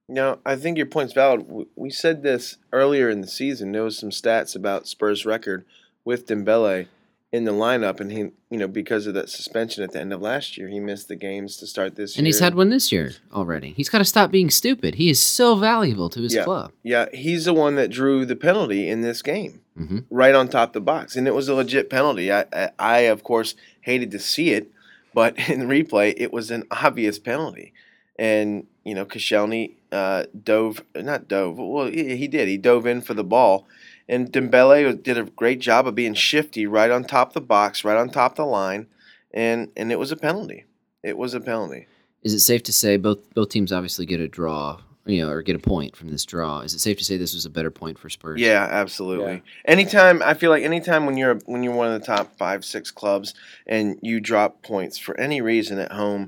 [SPEAKER 2] No, I think your point's valid. W- We said this earlier in the season. There was some stats about Spurs' record with Dembele in the lineup, and he, you know, because of that suspension at the end of last year, he missed the games to start this year.
[SPEAKER 3] And he's had one this year already. He's got to stop being stupid. He is so valuable to his
[SPEAKER 2] Yeah.
[SPEAKER 3] club.
[SPEAKER 2] Yeah, he's the one that drew the penalty in this game,
[SPEAKER 3] hmm
[SPEAKER 2] right on top the box, and it was a legit penalty. I, I, I of course hated to see it, but in the replay, it was an obvious penalty, and you know, Koscielny uh, dove, not dove. Well, he, he did. He dove in for the ball, and Dembele did a great job of being shifty, right on top the box, right on top the line, and and it was a penalty. It was a penalty.
[SPEAKER 3] Is it safe to say both both teams obviously get a draw, you know, or get a point from this draw? Is it safe to say this was a better point for Spurs?
[SPEAKER 2] Yeah, absolutely. Anytime I feel like anytime when you're when you're one of the top five six clubs and you drop points for any reason at home,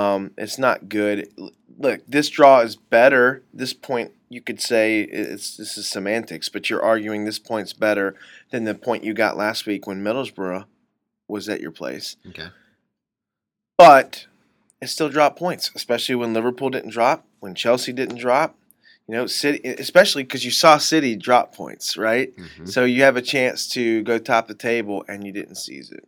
[SPEAKER 2] Um, it's not good. L- Look, this draw is better. This point, you could say i- it's this is semantics, but you're arguing this point's better than the point you got last week when Middlesbrough was at your place.
[SPEAKER 3] Okay.
[SPEAKER 2] But it still dropped points, especially when Liverpool didn't drop, when Chelsea didn't drop. You know, City, e, especially because you saw City drop points, right?
[SPEAKER 3] Mhm.
[SPEAKER 2] So you have a chance to go top the table, and you didn't seize it.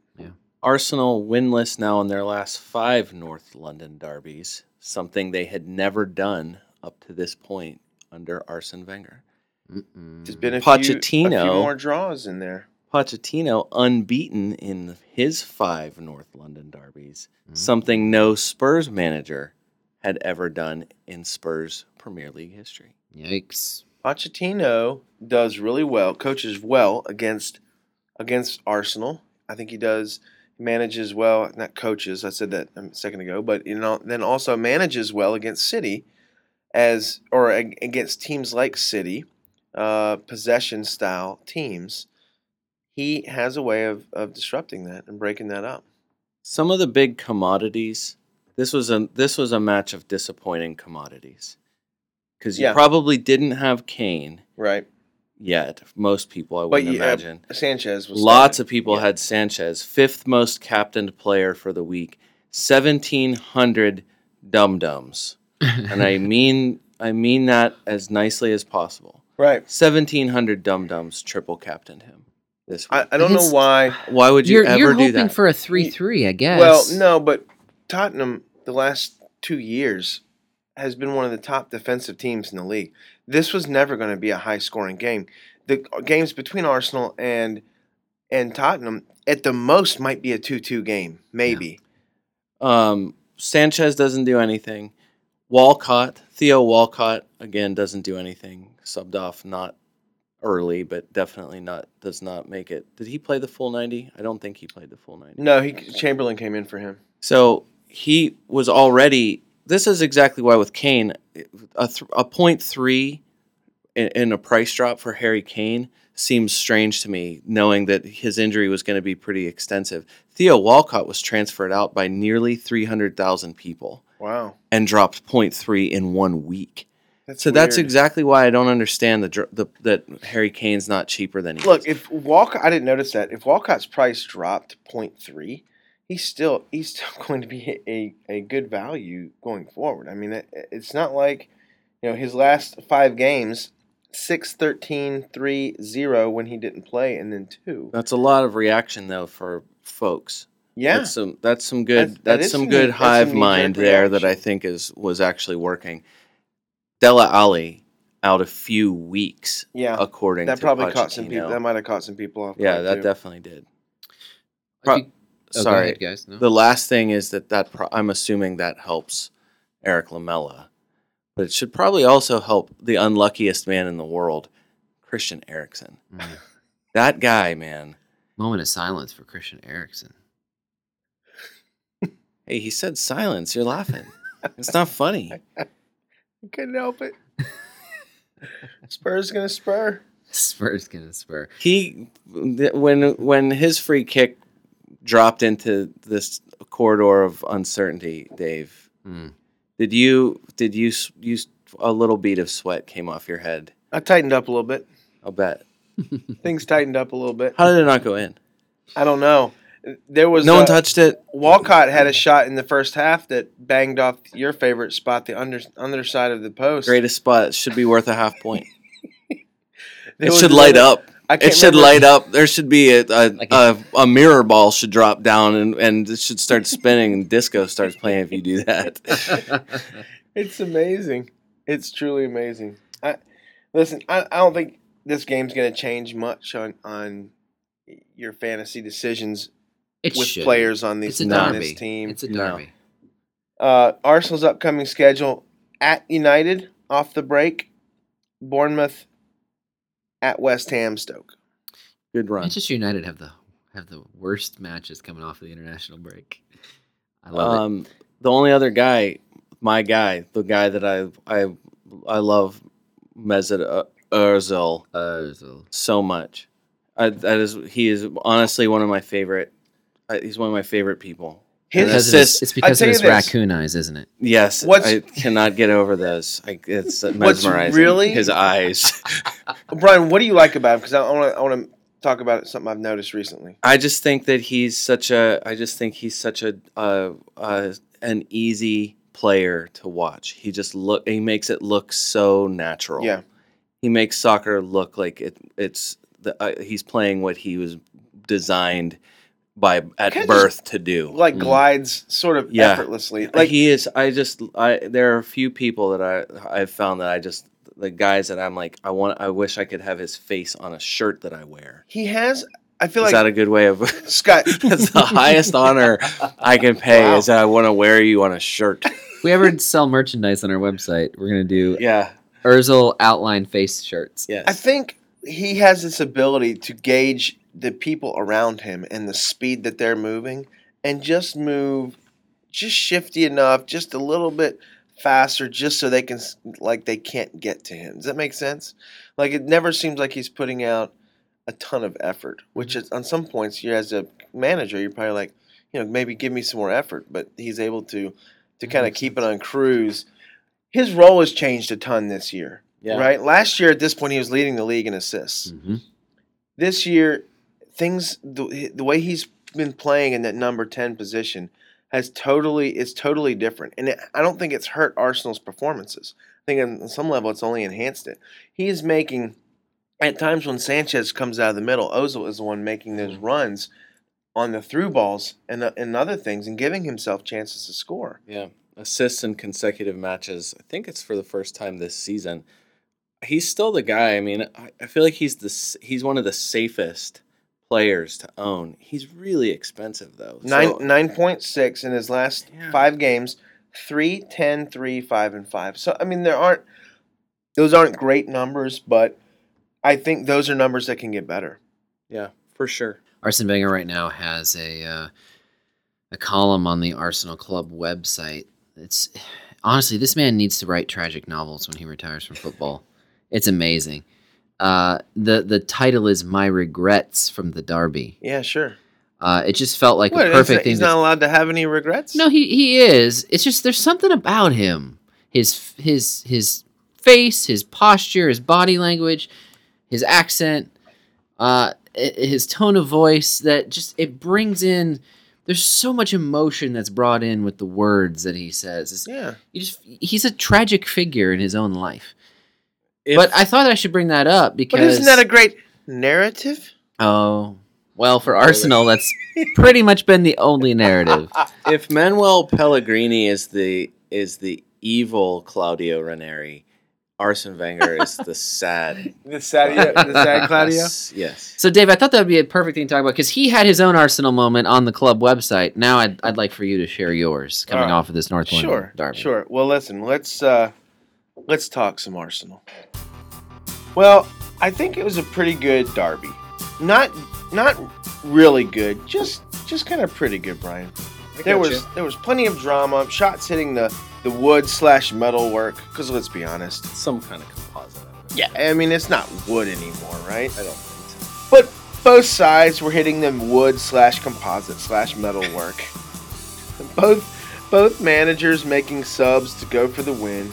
[SPEAKER 1] Arsenal winless now in their last five North London derbies, something they had never done up to this point under Arsene Wenger.
[SPEAKER 3] Mm-mm.
[SPEAKER 2] There's been a few, a few
[SPEAKER 1] Pochettino.
[SPEAKER 2] more draws in there.
[SPEAKER 1] Pochettino unbeaten in his five North London derbies,
[SPEAKER 2] Mm-hmm.
[SPEAKER 3] Mm.
[SPEAKER 1] something no Spurs manager had ever done in Spurs Premier League history.
[SPEAKER 3] Yikes.
[SPEAKER 2] Pochettino does really well, coaches well against against Arsenal. I think he does manages well, not coaches. I said that um, a second ago, but you know, then also manages well against City, as or ag- against teams like City, uh, possession style teams. He has a way of, of disrupting that and breaking that up.
[SPEAKER 1] Some of the big commodities. This was a this was a match of disappointing commodities because you
[SPEAKER 2] Yeah.
[SPEAKER 1] probably didn't have Kane
[SPEAKER 2] Right,
[SPEAKER 1] yet. Most people, I
[SPEAKER 2] but uh,
[SPEAKER 1] would
[SPEAKER 2] yeah,
[SPEAKER 1] imagine.
[SPEAKER 2] Sanchez was
[SPEAKER 1] Lots
[SPEAKER 2] starting.
[SPEAKER 1] of people
[SPEAKER 2] Yeah.
[SPEAKER 1] had Sanchez, fifth most captained player for the week, seventeen hundred dum dums, and I mean I mean that as nicely as possible.
[SPEAKER 2] right.
[SPEAKER 1] Seventeen hundred dum dums triple captained him this
[SPEAKER 2] I,
[SPEAKER 1] week.
[SPEAKER 2] I don't know
[SPEAKER 3] His-
[SPEAKER 2] why.
[SPEAKER 1] Why would you
[SPEAKER 3] you're
[SPEAKER 1] ever
[SPEAKER 3] you're
[SPEAKER 1] do
[SPEAKER 3] hoping
[SPEAKER 1] that?
[SPEAKER 3] for a three three, I guess.
[SPEAKER 2] Well, no, but Tottenham the last two years has been one of the top defensive teams in the league. This was never going to be a high scoring game. The games between Arsenal and and Tottenham at the most might be a two two game, maybe.
[SPEAKER 1] um, Sanchez doesn't do anything. Walcott, Theo Walcott, again doesn't do anything. Subbed off, not early, but definitely not does not make it. Did he play the full ninety? I don't think he played the full ninety.
[SPEAKER 2] No, he Chamberlain came in for him.
[SPEAKER 1] So he was already. This is exactly why with Kane, a th- a point three in, in a price drop for Harry Kane seems strange to me, knowing that his injury was going to be pretty extensive. Theo Walcott was transferred out by nearly three hundred thousand people
[SPEAKER 2] Wow,
[SPEAKER 1] and dropped 0.3 in one week.
[SPEAKER 2] that's
[SPEAKER 1] so that's
[SPEAKER 2] weird.
[SPEAKER 1] exactly why I don't understand the, dr- the that Harry Kane's not cheaper than he
[SPEAKER 2] Look,
[SPEAKER 1] is.
[SPEAKER 2] if Walcott, I didn't notice that. If Walcott's price dropped 0.3, he's still he's still going to be a, a good value going forward. I mean, it, it's not like you know his last five games 6 13 3 0 when he didn't play and then 2.
[SPEAKER 1] That's a lot of reaction though for folks.
[SPEAKER 2] Yeah.
[SPEAKER 1] that's some that's some good
[SPEAKER 2] That's-
[SPEAKER 1] that's,
[SPEAKER 2] that is
[SPEAKER 1] some
[SPEAKER 2] some
[SPEAKER 1] good
[SPEAKER 2] knee- that's some
[SPEAKER 1] hive
[SPEAKER 2] knee-jerk
[SPEAKER 1] mind there that I
[SPEAKER 2] reaction.
[SPEAKER 1] think is was actually working. Della Ali out a few weeks
[SPEAKER 2] Yeah.
[SPEAKER 1] according
[SPEAKER 2] that
[SPEAKER 1] to
[SPEAKER 2] probably caught some people
[SPEAKER 1] Pochettino.
[SPEAKER 2] that might have caught some people off
[SPEAKER 1] yeah,
[SPEAKER 2] guard,
[SPEAKER 1] that
[SPEAKER 2] too.
[SPEAKER 1] definitely did.
[SPEAKER 3] If
[SPEAKER 1] Pro-
[SPEAKER 3] you- oh, go
[SPEAKER 1] Sorry,
[SPEAKER 3] ahead, guys. No.
[SPEAKER 1] The last thing is that that pro- I'm assuming that helps Eric Lamella, but it should probably also help the unluckiest man in the world, Christian Eriksen.
[SPEAKER 3] Mm.
[SPEAKER 1] That guy, man.
[SPEAKER 3] Moment of silence for Christian Erickson.
[SPEAKER 1] Hey, he said silence. You're laughing. it's not funny.
[SPEAKER 2] couldn't help it. Spurs going to spur.
[SPEAKER 3] Spur's gonna spur.
[SPEAKER 1] He th- when when his free kick dropped into this corridor of uncertainty, Dave.
[SPEAKER 3] Mm.
[SPEAKER 1] Did you did you s- you s- a little bead of sweat came off your head?
[SPEAKER 2] I tightened up a little bit.
[SPEAKER 1] I'll bet.
[SPEAKER 2] Things tightened up a little bit.
[SPEAKER 1] How did it not go in?
[SPEAKER 2] I don't know. There was
[SPEAKER 1] No
[SPEAKER 2] uh,
[SPEAKER 1] one touched it.
[SPEAKER 2] Walcott had a shot in the first half that banged off your favorite spot, the under underside of the post.
[SPEAKER 1] greatest spot should be worth a half point.
[SPEAKER 2] There
[SPEAKER 1] it
[SPEAKER 2] was
[SPEAKER 1] should light
[SPEAKER 2] another-
[SPEAKER 1] up.
[SPEAKER 2] I can't
[SPEAKER 1] It should
[SPEAKER 2] remember-
[SPEAKER 1] light up. There should be a a,
[SPEAKER 3] Like
[SPEAKER 1] a, a mirror ball should drop down and, and it should start spinning and disco starts playing if you do that.
[SPEAKER 2] It's amazing. It's truly amazing. I listen. I, I don't think this game's going to change much on on your fantasy decisions
[SPEAKER 3] it
[SPEAKER 2] with
[SPEAKER 3] should.
[SPEAKER 2] players on these
[SPEAKER 3] It's a
[SPEAKER 2] on
[SPEAKER 3] derby.
[SPEAKER 2] this team.
[SPEAKER 3] It's a
[SPEAKER 1] No.
[SPEAKER 3] derby.
[SPEAKER 2] Uh, Arsenal's upcoming schedule at United off the break, Bournemouth at West Ham, Stoke.
[SPEAKER 1] Good run.
[SPEAKER 3] Manchester United have the have the worst matches coming off of the international break. I love
[SPEAKER 1] Um, the only other guy, my guy, the guy that I I I love, Mesut Ozil
[SPEAKER 3] it. Ozil.
[SPEAKER 1] so much. I, that is he is honestly one of my favorite. I, he's one of my favorite people.
[SPEAKER 2] His
[SPEAKER 1] Because
[SPEAKER 3] Because of his-
[SPEAKER 1] assist-
[SPEAKER 3] it's because
[SPEAKER 2] I
[SPEAKER 3] of
[SPEAKER 2] tell
[SPEAKER 3] his
[SPEAKER 2] you this.
[SPEAKER 3] raccoon eyes, isn't it?
[SPEAKER 1] Yes,
[SPEAKER 2] What's-
[SPEAKER 1] I cannot get over those. I, it's
[SPEAKER 2] What's
[SPEAKER 1] mesmerizing.
[SPEAKER 2] really-
[SPEAKER 1] his eyes.
[SPEAKER 2] Brian, what do you like about him? Because I want to I want to talk about something I've noticed recently.
[SPEAKER 1] I just think that he's such a. I just think he's such a uh, uh, an easy player to watch. He just look. He makes it look so natural.
[SPEAKER 2] Yeah.
[SPEAKER 1] he makes soccer look like it. It's the uh, he's playing what he was designed by at
[SPEAKER 2] Kinda just
[SPEAKER 1] birth to do.
[SPEAKER 2] Like
[SPEAKER 3] Mm.
[SPEAKER 2] glides sort of
[SPEAKER 1] Yeah.
[SPEAKER 2] effortlessly.
[SPEAKER 1] like
[SPEAKER 2] Like
[SPEAKER 1] he is i just i there are a few people that i i've found that i just the guys that i'm like i want i wish i could have his face on a shirt that i wear
[SPEAKER 2] he has. I feel
[SPEAKER 1] is
[SPEAKER 2] like
[SPEAKER 1] that a good way of
[SPEAKER 2] Scott.
[SPEAKER 1] that's the highest honor i can pay
[SPEAKER 2] Wow.
[SPEAKER 1] is that i want to wear you on a shirt
[SPEAKER 3] If we ever sell merchandise on our website, we're gonna do
[SPEAKER 1] yeah
[SPEAKER 3] Urzel outline face shirts.
[SPEAKER 1] yes
[SPEAKER 2] I think he has this ability to gauge the people around him and the speed that they're moving and just move just shifty enough, just a little bit faster just so they can s- like they can't get to him. Does that make sense? Like it never seems like he's putting out a ton of effort, which is on some points you as a manager you're probably like, you know, maybe give me some more effort, but he's able to to kind of keep it on cruise. His role has changed a ton this year.
[SPEAKER 1] yeah
[SPEAKER 2] Right. Last year at this point, he was leading the league in assists.
[SPEAKER 3] Mm-hmm.
[SPEAKER 2] This year, things the, the way he's been playing in that number ten position has totally it's totally different, and it, I don't think it's hurt Arsenal's performances. I think on some level, it's only enhanced it. He is making at times when Sanchez comes out of the middle, Ozil is the one making those runs on the through balls and and other things, and giving himself chances to score.
[SPEAKER 1] yeah assists in consecutive matches i think it's for the first time this season he's still the guy i mean i, I feel like he's the s- he's one of the safest players to own he's really expensive though
[SPEAKER 2] Nine
[SPEAKER 1] So-
[SPEAKER 2] nine point six in his last
[SPEAKER 1] Yeah.
[SPEAKER 2] five games, three, ten, three, five, and five. So I mean there aren't those aren't great numbers, but I think those are numbers that can get better.
[SPEAKER 1] Yeah, for sure.
[SPEAKER 3] Arsene Wenger right now has a uh, a column on the Arsenal Club website. It's honestly, this man needs to write tragic novels when he retires from football. It's amazing. Uh, the the title is "My Regrets from the Derby."
[SPEAKER 2] Yeah, sure.
[SPEAKER 3] Uh, it just felt like
[SPEAKER 2] What,
[SPEAKER 3] a
[SPEAKER 2] is
[SPEAKER 3] perfect
[SPEAKER 2] it-
[SPEAKER 3] thing.
[SPEAKER 2] He's
[SPEAKER 3] to-
[SPEAKER 2] not allowed to have any regrets.
[SPEAKER 3] no, he he is. It's just there's something about him. His his his face, his posture, his body language, his accent, uh, i- his tone of voice that just it brings in. There's so much emotion that's brought in with the words that he says. It's,
[SPEAKER 2] Yeah.
[SPEAKER 3] you just he's a tragic figure in his own life.
[SPEAKER 1] If-
[SPEAKER 3] but I thought I should bring that up because
[SPEAKER 2] But isn't that a great narrative?
[SPEAKER 3] oh well for Arsenal that's pretty much been the only narrative.
[SPEAKER 1] if Manuel Pellegrini is the is the evil Claudio Ranieri, Arsene Wenger is the sad.
[SPEAKER 2] The sad,
[SPEAKER 3] the sad
[SPEAKER 1] Yes, yes.
[SPEAKER 3] So, Dave, I thought that would be a perfect thing to talk about because he had his own Arsenal moment on the club website. Now, I'd, I'd like for you to share yours coming
[SPEAKER 2] All right.
[SPEAKER 3] off of this North London
[SPEAKER 2] Uh, Sure,
[SPEAKER 3] derby.
[SPEAKER 2] sure. Well, listen, let's uh, let's talk some Arsenal. Well, I think it was a pretty good derby. Not not really good, just just kind of pretty good, Brian. There was there was plenty of drama, shots hitting the the wood slash metal work. Because let's be honest,
[SPEAKER 1] some kind of composite.
[SPEAKER 2] yeah, I mean it's not wood anymore, right?
[SPEAKER 1] I don't think so.
[SPEAKER 2] But both sides were hitting them wood slash composite slash metal work. both both managers making subs to go for the win.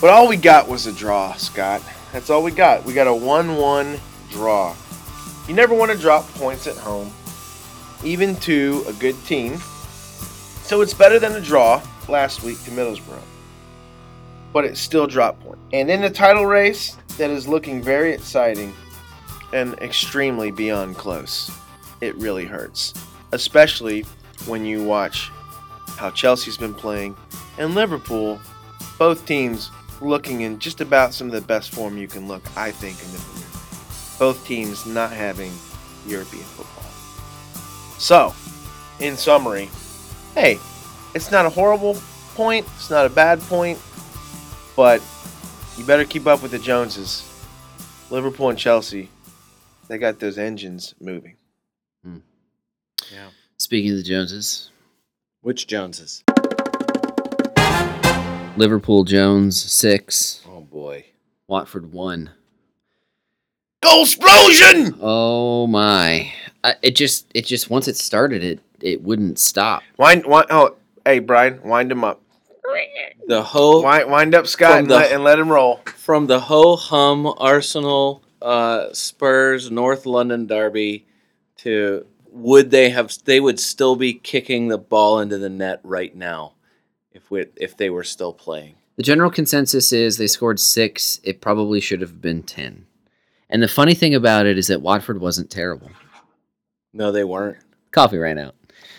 [SPEAKER 2] But all we got was a draw, Scott. That's all we got. We got a 1-1 draw. You never want to drop points at home, even to a good team. So it's better than a draw last week to Middlesbrough. But it's still drop point. And in the title race, that is looking very exciting and extremely beyond close. It really hurts, especially when you watch how Chelsea's been playing and Liverpool, both teams looking in just about some of the best form you can look, I think, in the Premier League. Both teams not having European football. So, in summary, hey, it's not a horrible point, it's not a bad point, but you better keep up with the Joneses. Liverpool and Chelsea they got those engines moving.
[SPEAKER 1] Yeah.
[SPEAKER 3] Speaking of the Joneses,
[SPEAKER 1] Which Joneses?
[SPEAKER 3] Liverpool Jones, six,
[SPEAKER 1] Oh boy.
[SPEAKER 3] Watford, one.
[SPEAKER 2] Goal explosion!
[SPEAKER 3] Oh, my. I, it just, it just, once it started, it it wouldn't stop.
[SPEAKER 2] Wind, wind, oh, hey Brian, wind him up.
[SPEAKER 1] The whole
[SPEAKER 2] Wind, wind up Scott
[SPEAKER 1] Oh. From
[SPEAKER 2] and,
[SPEAKER 1] the-
[SPEAKER 2] let, and let him roll.
[SPEAKER 1] from the ho hum Arsenal uh, Spurs North London derby to would they have they would still be kicking the ball into the net right now if we if they were still playing.
[SPEAKER 3] The general consensus is they scored six. It probably should have been ten. And the funny thing about it is that Watford wasn't terrible.
[SPEAKER 1] No, they weren't.
[SPEAKER 3] coffee ran out.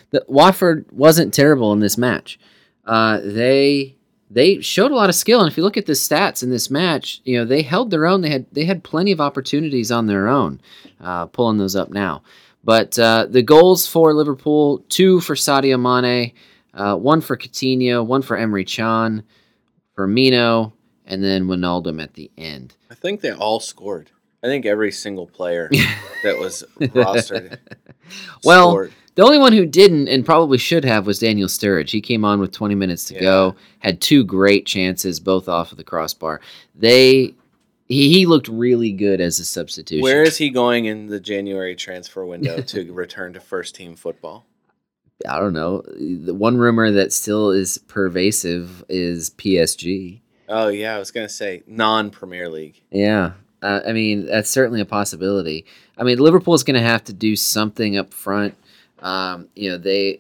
[SPEAKER 3] The, Watford wasn't terrible in this match. Uh, they they showed a lot of skill, and if you look at the stats in this match, you know they held their own. They had they had plenty of opportunities on their own. Uh, pulling those up now, but uh, the goals for Liverpool: two for Sadio Mane, uh, one for Coutinho, one for Emery Chan, Firmino, and then Wijnaldum at the end.
[SPEAKER 1] I think they all scored. I think every single player that was rostered.
[SPEAKER 3] Well,
[SPEAKER 1] scored.
[SPEAKER 3] The only one who didn't and probably should have was Daniel Sturridge. He came on with 20 minutes to
[SPEAKER 1] Yeah.
[SPEAKER 3] go, had two great chances, both off of the crossbar. They he, he looked really good as a substitution.
[SPEAKER 1] where is he going in the January transfer window to return to first team football?
[SPEAKER 3] I don't know. The one rumor that still is pervasive is PSG.
[SPEAKER 1] Oh yeah, I was gonna say non Premier League.
[SPEAKER 3] Yeah. Uh, I mean, that's certainly a possibility. I mean, Liverpool's going to have to do something up front. Um, you know, they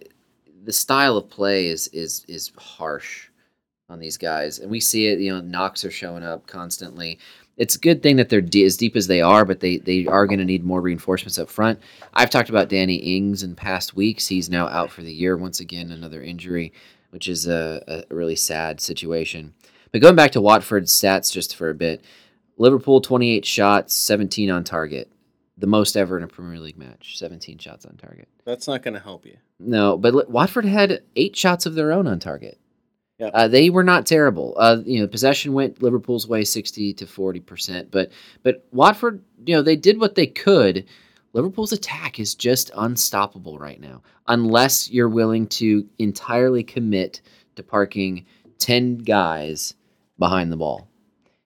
[SPEAKER 3] the style of play is is is harsh on these guys, and we see it. You know, knocks are showing up constantly. It's a good thing that they're de- as deep as they are, but they they are going to need more reinforcements up front. I've talked about Danny Ings in past weeks. He's now out for the year once again, another injury, which is a, a really sad situation. But going back to Watford's stats just for a bit, Liverpool 28 shots, 17 on target. The most ever in a Premier League match, 17 shots on target.
[SPEAKER 1] That's not gonna help you.
[SPEAKER 3] No, but li- Watford had eight shots of their own on target.
[SPEAKER 1] Yep.
[SPEAKER 3] Uh, they were not terrible. Uh, you know, possession went Liverpool's way, sixty to forty percent. But but Watford, you know, they did what they could. Liverpool's attack is just unstoppable right now, unless you're willing to entirely commit to parking ten guys behind the ball.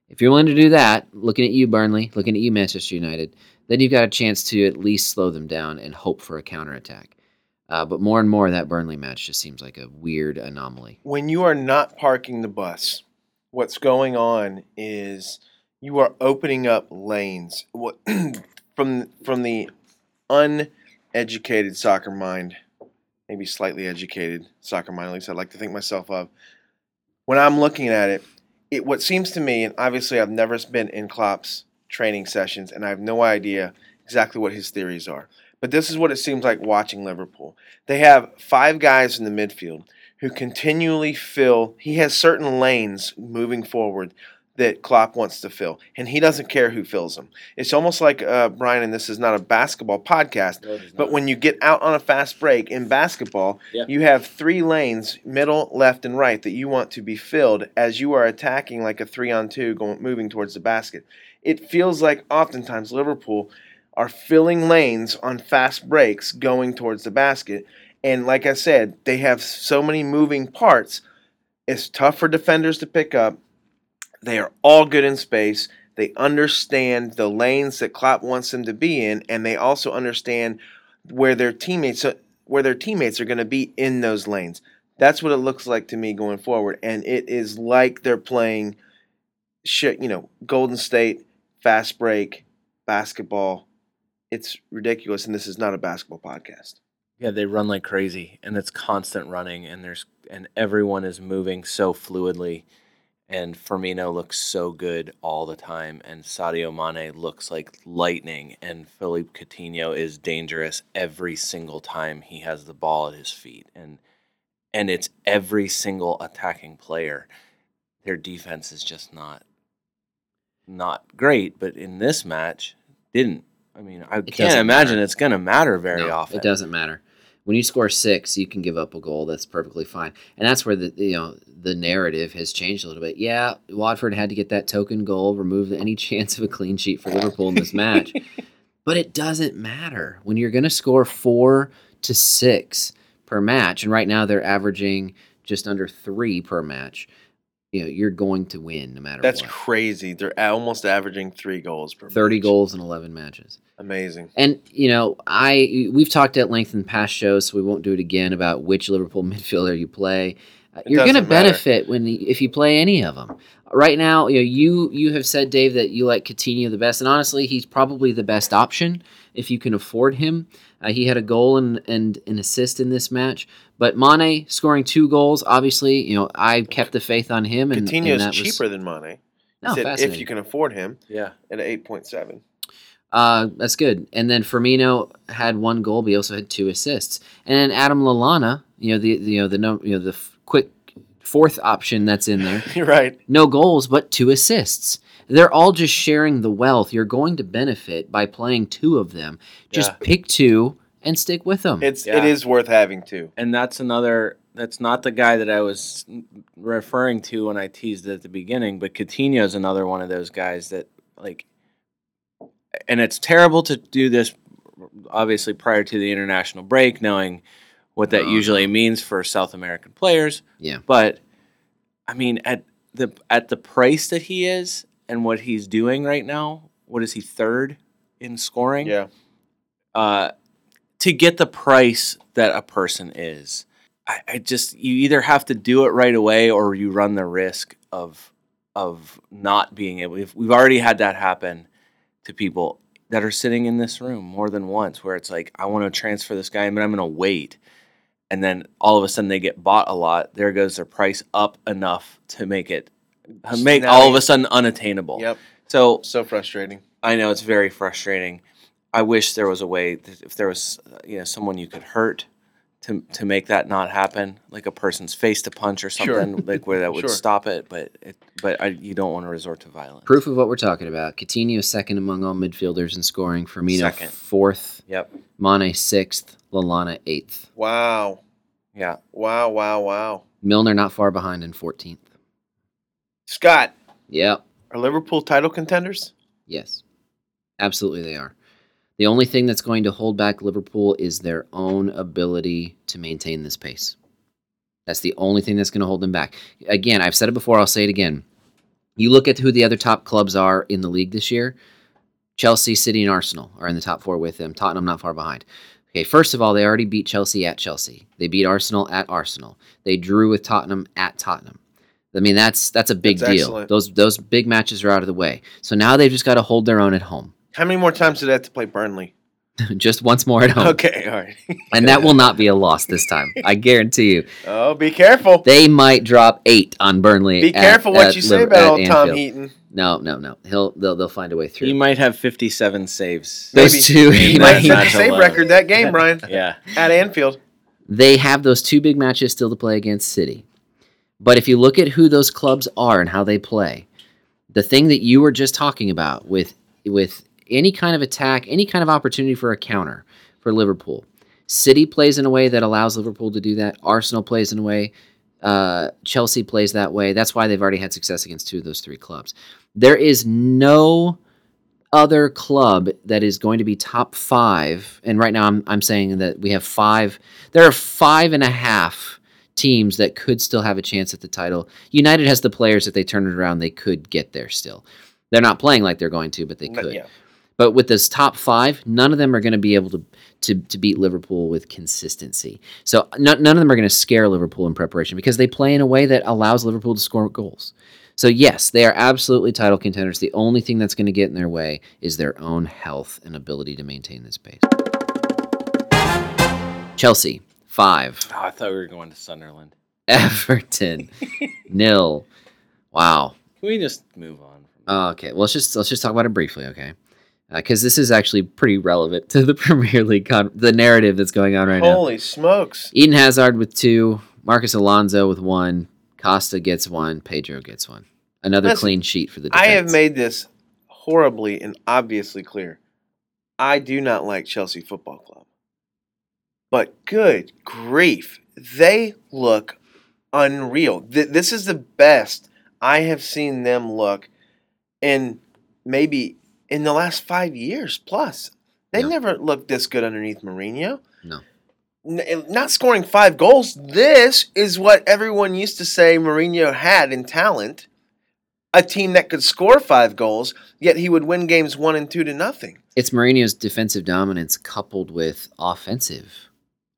[SPEAKER 3] If you're willing to do that, looking at you, Burnley, looking at you, Manchester United, then you've got a chance to at least slow them down and hope for a counterattack. Uh, but more and more, that Burnley match just seems like a weird anomaly.
[SPEAKER 2] When you are not parking the bus, what's going on is you are opening up lanes. What from from the uneducated soccer mind, maybe slightly educated soccer mind, at least I'd like to think myself of. When I'm looking at it, it what seems to me, and obviously I've never been in Klopp's training sessions, and I have no idea exactly what his theories are. But this is what it seems like watching Liverpool. They have five guys in the midfield who continually fill. He has certain lanes moving forward that Klopp wants to fill, and he doesn't care who fills them. It's almost like uh, Brian, and this is not a basketball podcast, but when you get out on a fast break in basketball,
[SPEAKER 1] Yeah.
[SPEAKER 2] you have three lanes, middle, left, and right, that you want to be filled as you are attacking like a three on two, going moving towards the basket. It feels like oftentimes Liverpool are filling lanes on fast breaks going towards the basket. And like I said, they have so many moving parts. It's tough for defenders to pick up. They are all good in space. They understand the lanes that Klopp wants them to be in, and they also understand where their teammates uh, where their teammates are going to be in those lanes. That's what it looks like to me going forward, and it is like they're playing shit. You know, Golden State fast break basketball. It's ridiculous, and this is not a basketball podcast.
[SPEAKER 1] Yeah, they run like crazy, and it's constant running, and there's and everyone is moving so fluidly, and Firmino looks so good all the time, and Sadio Mane looks like lightning, and Philippe Coutinho is dangerous every single time he has the ball at his feet, and and it's every single attacking player. Their defense is just not not great, but in this match, didn't. I mean, I can't
[SPEAKER 3] doesn't
[SPEAKER 1] imagine
[SPEAKER 3] matter.
[SPEAKER 1] it's going to matter very
[SPEAKER 3] No,
[SPEAKER 1] often.
[SPEAKER 3] It doesn't matter. When you score six, you can give up a goal. That's perfectly fine. And that's where the you know the narrative has changed a little bit. Yeah, Watford had to get that token goal, remove any chance of a clean sheet for Liverpool in this match. but it doesn't matter when you're going to score four to six per match. And right now they're averaging just under three per match. you know you're going to win no matter
[SPEAKER 2] That's
[SPEAKER 3] what.
[SPEAKER 2] crazy. They're a- almost averaging three goals per.
[SPEAKER 3] 30
[SPEAKER 2] match.
[SPEAKER 3] goals in 11 matches.
[SPEAKER 2] Amazing.
[SPEAKER 3] And you know, I we've talked at length in past shows, so we won't do it again about which Liverpool midfielder you play. Uh,
[SPEAKER 2] It
[SPEAKER 3] You're going to
[SPEAKER 2] doesn't matter.
[SPEAKER 3] benefit when you- if you play any of them. Right now, you know, you you have said Dave that you like Coutinho the best, and honestly, he's probably the best option if you can afford him. Uh, he had a goal and, and an assist in this match, but Mane scoring two goals, obviously, you know, I kept the faith on him. And, and
[SPEAKER 2] Coutinho's
[SPEAKER 3] that was- Oh,
[SPEAKER 2] cheaper than Mane. You
[SPEAKER 3] No,
[SPEAKER 2] said if
[SPEAKER 3] fascinating.
[SPEAKER 2] you can afford him
[SPEAKER 1] Yeah.
[SPEAKER 2] at eight point seven.
[SPEAKER 3] Uh, that's good. And then Firmino had one goal, but he also had two assists. And then Adam Lallana, you know the, the you know the num- you know the f- quick fourth option that's in there.
[SPEAKER 2] You're right.
[SPEAKER 3] No goals, but two assists. They're all just sharing the wealth. You're going to benefit by playing two of them. Just
[SPEAKER 1] Yeah.
[SPEAKER 3] pick two and stick with them.
[SPEAKER 2] It's
[SPEAKER 1] Yeah.
[SPEAKER 2] it is worth having two.
[SPEAKER 1] and that's another that's not the guy that I was referring to when I teased it at the beginning, but Coutinho is another one of those guys that like and it's terrible to do this obviously prior to the international break knowing what that
[SPEAKER 3] Uh-huh.
[SPEAKER 1] usually means for South American players.
[SPEAKER 3] Yeah.
[SPEAKER 1] But I mean at the at the price that he is and what he's doing right now, what is he third in scoring?
[SPEAKER 2] Yeah.
[SPEAKER 1] uh, to get the price that a person is. I, I just you either have to do it right away or you run the risk of of not being able. If we've already had that happen to people that are sitting in this room more than once, where it's like I want to transfer this guy, but I'm going to wait, and then all of a sudden they get bought a lot. There goes their price up enough to make it make
[SPEAKER 2] Now
[SPEAKER 1] all of
[SPEAKER 2] you-
[SPEAKER 1] a sudden unattainable.
[SPEAKER 2] Yep.
[SPEAKER 1] So
[SPEAKER 2] So frustrating.
[SPEAKER 1] I know it's very frustrating. I wish there was a way that if there was uh, you know someone you could hurt to to make that not happen, like a person's face to punch or
[SPEAKER 2] Sure.
[SPEAKER 1] something, like where that would
[SPEAKER 2] Sure.
[SPEAKER 1] stop it. But it, but I, you don't want to resort to violence.
[SPEAKER 3] Proof of what we're talking about. Coutinho second among all midfielders in scoring. Firmino
[SPEAKER 1] Second.
[SPEAKER 3] fourth.
[SPEAKER 1] Yep.
[SPEAKER 3] Mane sixth. Lallana eighth.
[SPEAKER 2] Wow.
[SPEAKER 1] Yeah.
[SPEAKER 2] Wow. Wow. Wow.
[SPEAKER 3] Milner not far behind in fourteenth.
[SPEAKER 2] Scott,
[SPEAKER 3] Yep.
[SPEAKER 2] are Liverpool title contenders?
[SPEAKER 3] Yes, absolutely they are. The only thing that's going to hold back Liverpool is their own ability to maintain this pace. That's the only thing that's going to hold them back. Again, I've said it before, I'll say it again. You look at who the other top clubs are in the league this year Chelsea, City, and Arsenal are in the top four with them. Tottenham not far behind. Okay, first of all, they already beat Chelsea at Chelsea. They beat Arsenal at Arsenal. They drew with Tottenham at Tottenham. I mean, that's that's a big
[SPEAKER 2] That's
[SPEAKER 3] deal.
[SPEAKER 2] excellent.
[SPEAKER 3] Those those big matches are out of the way. So now they've just got to hold their own at home.
[SPEAKER 2] How many more times do they have to play Burnley?
[SPEAKER 3] just once more at home.
[SPEAKER 2] Okay, all right.
[SPEAKER 3] And that will not be a loss this time. I guarantee you.
[SPEAKER 2] Oh, be careful.
[SPEAKER 3] They might drop eight on Burnley.
[SPEAKER 2] Be
[SPEAKER 3] at-
[SPEAKER 2] careful what
[SPEAKER 3] at
[SPEAKER 2] you say
[SPEAKER 3] Liv-
[SPEAKER 2] about
[SPEAKER 3] at
[SPEAKER 2] old Tom
[SPEAKER 3] Anfield.
[SPEAKER 2] Heaton.
[SPEAKER 3] No, no, no. He'll they'll, they'll find a way
[SPEAKER 1] He
[SPEAKER 3] through.
[SPEAKER 1] might have 57 saves.
[SPEAKER 2] Maybe.
[SPEAKER 3] Those two, he
[SPEAKER 1] Maybe
[SPEAKER 3] might,
[SPEAKER 1] that's
[SPEAKER 2] He set the
[SPEAKER 1] not
[SPEAKER 2] save
[SPEAKER 1] allowed.
[SPEAKER 2] record that game, Brian,
[SPEAKER 1] yeah.
[SPEAKER 2] at Anfield.
[SPEAKER 3] they have those two big matches still to play against City. But if you look at who those clubs are and how they play, the thing that you were just talking about with with any kind of attack, any kind of opportunity for a counter for Liverpool, City plays in a way that allows Liverpool to do that. Arsenal plays in a way. Uh, Chelsea plays that way. That's why they've already had success against two of those three clubs. There is no other club that is going to be top five, and right now I'm, I'm saying that we have five, there are five and a half teams that could still have a chance at the title. United has the players, if they turn it around, they could get there still. They're not playing like they're going to, but they
[SPEAKER 2] No,
[SPEAKER 3] could.
[SPEAKER 2] yeah.
[SPEAKER 3] But with this top five, none of them are going to be able to, to to beat Liverpool with consistency. So no, none of them are going to scare Liverpool in preparation because they play in a way that allows Liverpool to score goals. So yes, they are absolutely title contenders. The only thing that's going to get in their way is their own health and ability to maintain this pace. Chelsea five,
[SPEAKER 1] Oh, I thought we were going to Sunderland.
[SPEAKER 3] Everton nil. Wow.
[SPEAKER 1] Can we just move on?
[SPEAKER 3] Oh, okay. Well, let's just let's just talk about it briefly, okay? Because this is actually pretty relevant to the Premier League, con- the narrative that's going on right now.
[SPEAKER 2] Holy smokes.
[SPEAKER 3] Eden Hazard with two, Marcus Alonso with one, Costa gets one, Pedro gets one. Another
[SPEAKER 2] Listen,
[SPEAKER 3] clean sheet for the.
[SPEAKER 2] I
[SPEAKER 3] Defense.
[SPEAKER 2] have made this horribly and obviously clear. I do not like Chelsea Football Club. But good grief, they look unreal. Th- this is the best I have seen them look in maybe in the last five years plus. They
[SPEAKER 3] Yeah.
[SPEAKER 2] never looked this good underneath Mourinho.
[SPEAKER 3] No.
[SPEAKER 2] n- eh, not scoring five goals. This is what everyone used to say Mourinho had in talent a team that could score five goals, yet he would win games one and two to nothing.
[SPEAKER 3] It's Mourinho's defensive dominance coupled with offensive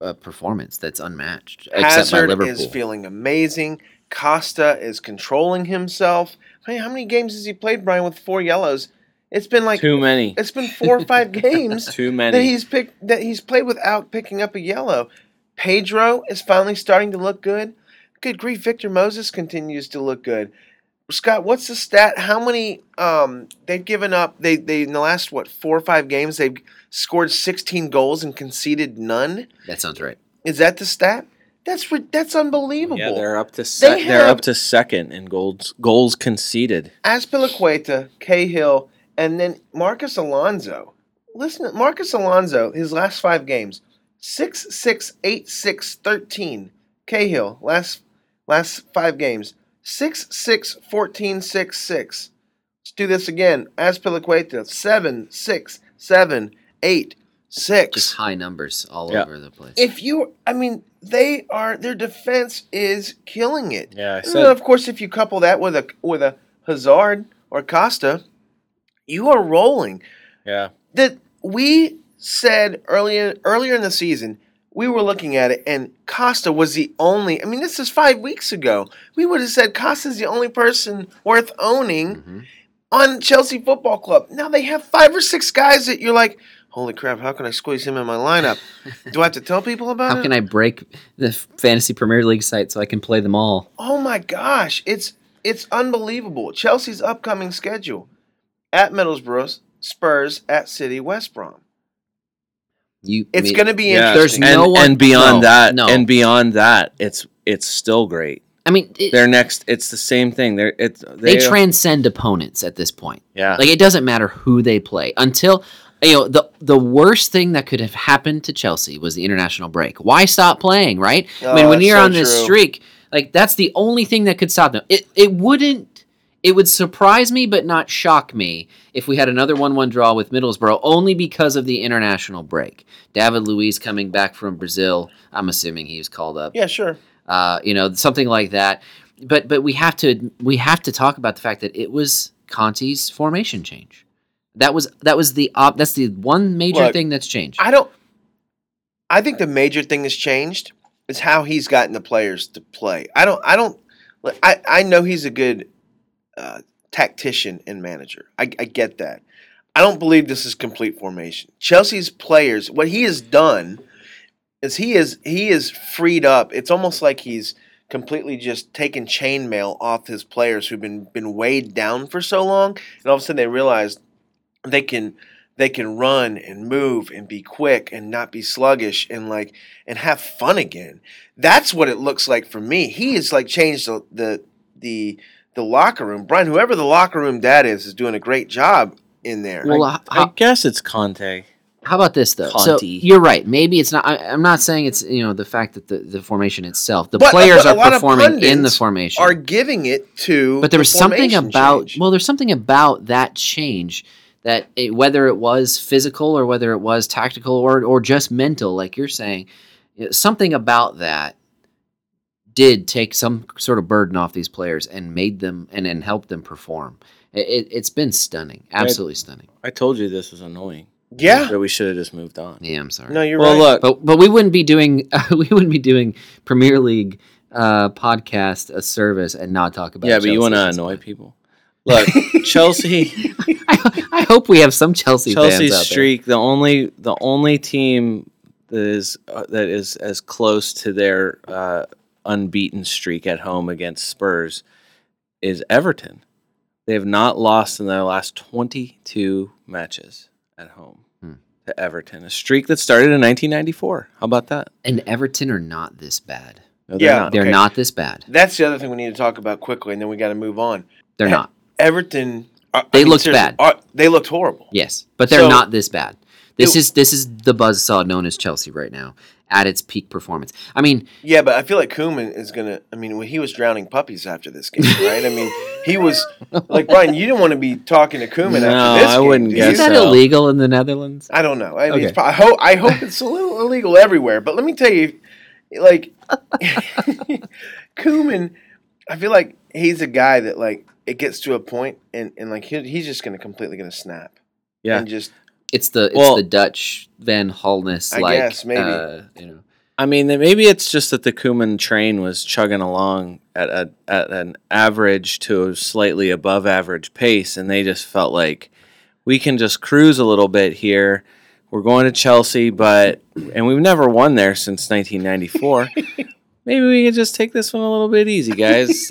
[SPEAKER 3] uh, performance that's unmatched, except by
[SPEAKER 2] Hazard
[SPEAKER 3] Liverpool.
[SPEAKER 2] is feeling amazing. Costa is controlling himself. I mean, how many games has he played, Brian, with four yellows? It's been like
[SPEAKER 1] Too many.
[SPEAKER 2] it's been four or five games
[SPEAKER 1] Too
[SPEAKER 2] that
[SPEAKER 1] many.
[SPEAKER 2] he's picked that he's played without picking up a yellow. Pedro is finally starting to look good. Good grief, Victor Moses continues to look good. Scott, what's the stat? How many um, they've given up? They they in the last what four or five games they've scored sixteen goals and conceded none.
[SPEAKER 3] that sounds right.
[SPEAKER 2] Is that the stat? That's re- that's unbelievable.
[SPEAKER 1] Yeah, they're up to sec-
[SPEAKER 2] They
[SPEAKER 1] they are
[SPEAKER 2] have-
[SPEAKER 1] up to second in goals goals conceded.
[SPEAKER 2] Aspilicueta, Cahill, and then Marcus Alonso. Listen, Marcus Alonso, his last five games, 6 6 8 6 13. Cahill, last last five games, 6 6 14 6 6. Let's do this again. Aspilicueta, 7 6 7 8 6
[SPEAKER 3] Just high numbers all
[SPEAKER 1] Yeah.
[SPEAKER 3] over the place.
[SPEAKER 2] if you i mean they are their defense is killing it
[SPEAKER 1] Yeah, I
[SPEAKER 2] and then of course if you couple that with a with a hazard or costa you are rolling
[SPEAKER 1] Yeah,
[SPEAKER 2] that we said earlier earlier in the season we were looking at it and costa was the only i mean this is five weeks ago we would have said costa's the only person worth owning
[SPEAKER 3] Mhm.
[SPEAKER 2] on Chelsea Football Club. Now they have five or six guys that you're like, holy crap, how can I squeeze him in my lineup? Do I have to tell people about
[SPEAKER 3] How
[SPEAKER 2] it?
[SPEAKER 3] can I break the f- fantasy Premier League site so I can play them all?
[SPEAKER 2] Oh my gosh, it's it's unbelievable. Chelsea's upcoming schedule at Middlesbrough, Spurs at City, West Brom.
[SPEAKER 3] You,
[SPEAKER 2] It's
[SPEAKER 3] me-
[SPEAKER 2] going to be
[SPEAKER 1] yeah.
[SPEAKER 3] There's
[SPEAKER 2] interesting.
[SPEAKER 1] and,
[SPEAKER 3] no one-
[SPEAKER 1] and beyond
[SPEAKER 3] no,
[SPEAKER 1] that,
[SPEAKER 3] no.
[SPEAKER 1] and beyond that, it's it's still great.
[SPEAKER 3] I mean, it-
[SPEAKER 1] They're next. It's the same thing. They're it's
[SPEAKER 3] they
[SPEAKER 1] they,
[SPEAKER 3] transcend opponents at this point.
[SPEAKER 1] yeah.
[SPEAKER 3] Like it doesn't matter who they play until you know the the worst thing that could have happened to Chelsea was the international break. Why stop playing, right? I mean,
[SPEAKER 2] Oh,
[SPEAKER 3] when
[SPEAKER 2] that's
[SPEAKER 3] you're
[SPEAKER 2] so
[SPEAKER 3] on this
[SPEAKER 2] true.
[SPEAKER 3] streak, like that's the only thing that could stop them. It it wouldn't it would surprise me but not shock me if we had another 1-1 draw with Middlesbrough only because of the international break. David Luiz coming back from Brazil, I'm assuming he was called up
[SPEAKER 2] yeah, sure.
[SPEAKER 3] uh, you know, something like that. But but we have to we have to talk about the fact that it was Conti's formation change. That was that was the op- that's the one major
[SPEAKER 2] Look,
[SPEAKER 3] thing that's changed.
[SPEAKER 2] I don't I think the major thing that's changed is how he's gotten the players to play. I don't I don't like, I I know he's a good uh, tactician and manager. I, I get that. I don't believe this is complete formation. Chelsea's players, what he has done is he is he is freed up. It's almost like he's completely just taken chainmail off his players who've been been weighed down for so long, and all of a sudden they realize they can they can run and move and be quick and not be sluggish and like and have fun again. That's what it looks like for me. He has like changed the the the, the locker room. Brian, whoever the locker room dad is, is doing a great job in there.
[SPEAKER 3] well,
[SPEAKER 1] I,
[SPEAKER 3] h-
[SPEAKER 1] I
[SPEAKER 3] how,
[SPEAKER 1] guess it's Conte.
[SPEAKER 3] how about this though? So
[SPEAKER 1] Conti.
[SPEAKER 3] you're right. Maybe it's not. I, I'm not saying it's you know the fact that the, the formation itself. The
[SPEAKER 2] But-
[SPEAKER 3] players
[SPEAKER 2] but a lot
[SPEAKER 3] are
[SPEAKER 2] of
[SPEAKER 3] performing in the
[SPEAKER 2] pundits
[SPEAKER 3] formation.
[SPEAKER 2] are giving it to.
[SPEAKER 3] but there
[SPEAKER 2] the
[SPEAKER 3] was something
[SPEAKER 2] formation
[SPEAKER 3] about
[SPEAKER 2] change.
[SPEAKER 3] well there's something about that change that it, whether it was physical or whether it was tactical or or just mental like you're saying you know, something about that did take some sort of burden off these players and made them and and helped them perform it, it, it's been stunning absolutely stunning
[SPEAKER 1] I told you this was annoying.
[SPEAKER 2] yeah.
[SPEAKER 1] that we should have just moved on.
[SPEAKER 3] yeah i'm sorry
[SPEAKER 2] No, you're
[SPEAKER 1] well,
[SPEAKER 2] right.
[SPEAKER 1] look,
[SPEAKER 3] but but we wouldn't be doing we wouldn't be doing premier league uh, podcast a service and not talk about
[SPEAKER 1] yeah, but you want to
[SPEAKER 3] Chelsea.
[SPEAKER 1] annoy people. Look, Chelsea,
[SPEAKER 3] I, I hope we have some Chelsea fans
[SPEAKER 1] Chelsea's
[SPEAKER 3] out there.
[SPEAKER 1] streak. The only, the only team that is uh, that is as close to their uh, unbeaten streak at home against Spurs is Everton. They have not lost in their last 22 matches at home
[SPEAKER 3] Hmm.
[SPEAKER 1] to Everton, a streak that started in 1994. How about that?
[SPEAKER 3] and Everton are not this bad.
[SPEAKER 1] No, they're
[SPEAKER 2] Yeah.
[SPEAKER 1] not.
[SPEAKER 3] They're
[SPEAKER 2] Okay.
[SPEAKER 3] not this bad.
[SPEAKER 2] That's the other thing we need to talk about quickly, and then we got to move on.
[SPEAKER 3] They're not.
[SPEAKER 2] Everton. I- I
[SPEAKER 3] They
[SPEAKER 2] mean,
[SPEAKER 3] looked
[SPEAKER 2] seriously,
[SPEAKER 3] bad.
[SPEAKER 2] are- they looked horrible.
[SPEAKER 3] Yes, but they're
[SPEAKER 2] So-
[SPEAKER 3] not this bad. This
[SPEAKER 2] It-
[SPEAKER 3] is this is the buzzsaw known as Chelsea right now, at its peak performance. I mean,
[SPEAKER 2] Yeah, but I feel like Kuman is gonna. I mean, when he was drowning puppies after this game, right? I mean, he was like Brian. You didn't want to be talking to Kuman
[SPEAKER 1] No,
[SPEAKER 2] after this
[SPEAKER 1] I
[SPEAKER 2] game.
[SPEAKER 1] wouldn't
[SPEAKER 2] do
[SPEAKER 1] guess
[SPEAKER 2] you?
[SPEAKER 3] is that
[SPEAKER 1] so.
[SPEAKER 3] illegal in the Netherlands?
[SPEAKER 2] I don't know. I, mean,
[SPEAKER 1] Okay.
[SPEAKER 2] it's pro- I hope I hope it's a little illegal everywhere. But let me tell you, like Kuman, I feel like he's a guy that like it gets to a point and and like he, he's just gonna completely gonna snap.
[SPEAKER 1] Yeah.
[SPEAKER 2] and just
[SPEAKER 3] It's the it's
[SPEAKER 1] Well-
[SPEAKER 3] the Dutch Van Halness
[SPEAKER 2] I
[SPEAKER 3] like
[SPEAKER 2] guess, maybe.
[SPEAKER 3] uh, you know.
[SPEAKER 1] I mean, then maybe it's just that the Kuman train was chugging along at, a, at an average to slightly above average pace, and they just felt like we can just cruise a little bit here. We're going to Chelsea, but and we've never won there since 1994. maybe we can just take this one a little bit easy, guys.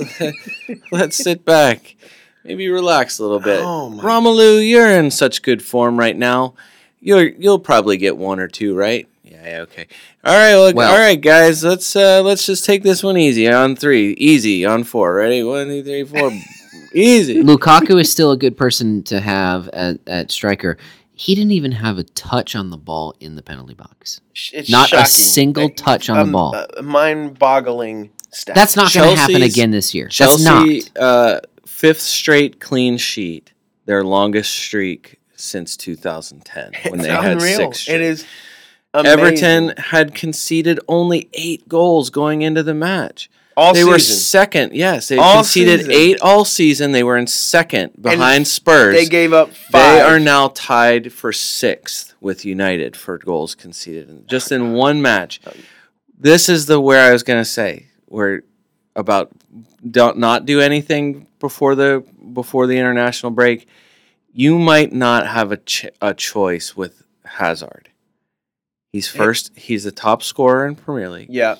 [SPEAKER 1] Let's sit back, maybe relax a little bit.
[SPEAKER 2] Oh my-
[SPEAKER 1] Romelu, you're in such good form right now. You're you'll probably get one or two, right? Yeah. yeah, Okay. All right. Look.
[SPEAKER 3] Well-
[SPEAKER 1] all right, guys. Let's uh, let's just take this one easy on three. Easy on four. Ready? One, two, three, four. easy.
[SPEAKER 3] Lukaku is still a good person to have at, at striker. He didn't even have a touch on the ball in the penalty box.
[SPEAKER 2] sh- it's
[SPEAKER 3] Not a
[SPEAKER 2] shocking.
[SPEAKER 3] single
[SPEAKER 2] That-
[SPEAKER 3] touch on the
[SPEAKER 2] um,
[SPEAKER 3] ball.
[SPEAKER 2] uh, mind-boggling stat.
[SPEAKER 3] That's not going to happen
[SPEAKER 1] Chelsea's-
[SPEAKER 3] again this year. That's
[SPEAKER 1] Chelsea
[SPEAKER 3] not.
[SPEAKER 1] uh, fifth straight clean sheet. Their longest streak since 2010 when
[SPEAKER 2] It's
[SPEAKER 1] they had
[SPEAKER 2] unreal.
[SPEAKER 1] six.
[SPEAKER 2] It
[SPEAKER 1] straight.
[SPEAKER 2] is. amazing.
[SPEAKER 1] Everton had conceded only eight goals going into the match.
[SPEAKER 2] all
[SPEAKER 1] they were
[SPEAKER 2] season.
[SPEAKER 1] second. Yes, they
[SPEAKER 2] All
[SPEAKER 1] conceded
[SPEAKER 2] season.
[SPEAKER 1] eight all season. They were in second behind Spurs.
[SPEAKER 2] They gave up five.
[SPEAKER 1] They are now tied for sixth with United for goals conceded in- just in one match. This is the where I was going to say where about don't not do anything before the before the international break. You might not have a ch- a choice with Hazard. He's
[SPEAKER 2] Hey.
[SPEAKER 1] first. He's the top scorer in Premier League.
[SPEAKER 2] yeah.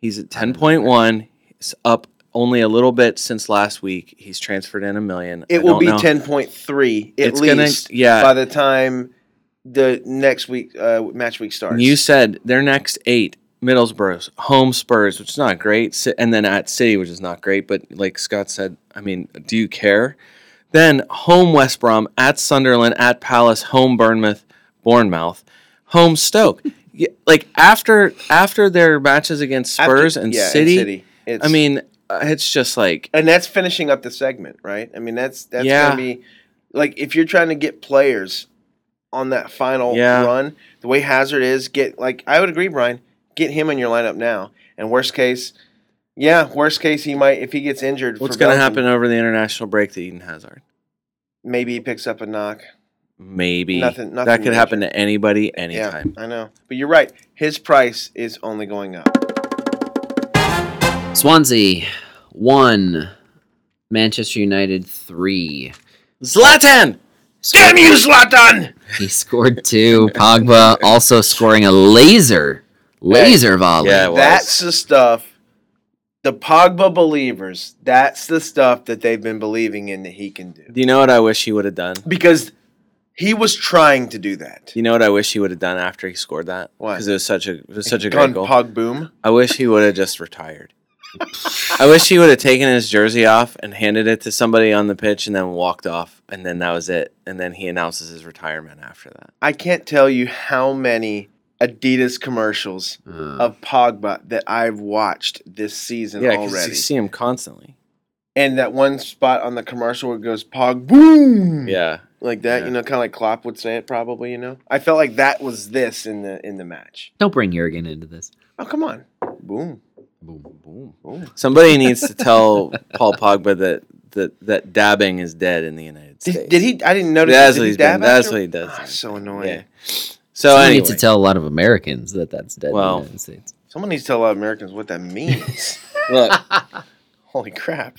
[SPEAKER 1] He's at 10.1. It's up only a little bit since last week. He's transferred in a million. I
[SPEAKER 2] It will
[SPEAKER 1] don't
[SPEAKER 2] be
[SPEAKER 1] know.
[SPEAKER 2] ten point three at
[SPEAKER 1] It's gonna-
[SPEAKER 2] least.
[SPEAKER 1] yeah.
[SPEAKER 2] By the time the next week uh, match week starts,
[SPEAKER 1] You said their next eight Middlesbrough's home Spurs, which is not great, si- and then at City, which is not great. But like Scott said, I mean, do you care? Then home West Brom, at Sunderland, at Palace, home Bournemouth, Bournemouth, home Stoke. Yeah, like after after their matches against
[SPEAKER 2] After-
[SPEAKER 1] Spurs and,
[SPEAKER 2] yeah,
[SPEAKER 1] City,
[SPEAKER 2] It's,
[SPEAKER 1] I mean, uh, it's just like
[SPEAKER 2] and that's finishing up the segment, right? I mean, that's that's
[SPEAKER 1] Yeah.
[SPEAKER 2] gonna be like if you're trying to get players on that final
[SPEAKER 1] Yeah.
[SPEAKER 2] run, the way Hazard is, get like I would agree, Brian, get him in your lineup now. And worst case, yeah, worst case he might if he gets injured.
[SPEAKER 1] what's
[SPEAKER 2] for
[SPEAKER 1] going to
[SPEAKER 2] Belgium,
[SPEAKER 1] happen over the international break to Eden Hazard.
[SPEAKER 2] Maybe he picks up a knock.
[SPEAKER 1] Maybe
[SPEAKER 2] Nothing-
[SPEAKER 1] that
[SPEAKER 2] nothing
[SPEAKER 1] could happen to anybody anytime.
[SPEAKER 2] Yeah, I know, but you're right. His price is only going up.
[SPEAKER 3] Swansea one, Manchester United three.
[SPEAKER 1] Zlatan.
[SPEAKER 3] Scored-
[SPEAKER 2] you, Zlatan!
[SPEAKER 3] he scored two. Pogba also scoring a laser, laser volley.
[SPEAKER 1] Yeah, it was.
[SPEAKER 2] That's the stuff. The Pogba believers. That's the stuff that they've been believing in that he can do
[SPEAKER 1] Do you know what I wish he would have done?
[SPEAKER 2] because he was trying to do that.
[SPEAKER 1] Do you know what I wish he would have done after he scored that?
[SPEAKER 2] What?
[SPEAKER 1] Because it was such a it was such a
[SPEAKER 2] Gone
[SPEAKER 1] great goal.
[SPEAKER 2] Pog boom.
[SPEAKER 1] I wish he would have just retired. I wish he would have taken his jersey off and handed it to somebody on the pitch and then walked off and then that was it. And then he announces his retirement after that.
[SPEAKER 2] I can't tell you how many Adidas commercials
[SPEAKER 3] Uh,
[SPEAKER 2] of Pogba that I've watched this season
[SPEAKER 1] Mm. Yeah, because
[SPEAKER 2] already.
[SPEAKER 1] you see him constantly.
[SPEAKER 2] and that one spot on the commercial where it goes Pog boom.
[SPEAKER 1] Yeah.
[SPEAKER 2] Like that,
[SPEAKER 1] Yeah.
[SPEAKER 2] you know, kind of like Klopp would say it probably, you know. I felt like that was this in the in the match.
[SPEAKER 3] don't bring Jurgen into this.
[SPEAKER 2] Oh, come on. Boom.
[SPEAKER 3] Boom.
[SPEAKER 1] Boom.
[SPEAKER 2] Boom.
[SPEAKER 1] Somebody needs to tell Paul Pogba that that that dabbing is dead in the United States.
[SPEAKER 2] Did, did he? I didn't notice.
[SPEAKER 1] That's
[SPEAKER 2] did
[SPEAKER 1] what
[SPEAKER 2] he
[SPEAKER 1] he's been-
[SPEAKER 2] dab
[SPEAKER 1] that's
[SPEAKER 2] after?
[SPEAKER 1] what he does.
[SPEAKER 2] Ah, so annoying.
[SPEAKER 1] Yeah. So
[SPEAKER 3] I
[SPEAKER 1] anyway.
[SPEAKER 3] need to tell a lot of Americans that that's dead. in the
[SPEAKER 1] Well,
[SPEAKER 3] United States.
[SPEAKER 2] Someone needs to tell a lot of Americans what that means.
[SPEAKER 1] Look,
[SPEAKER 2] Holy crap!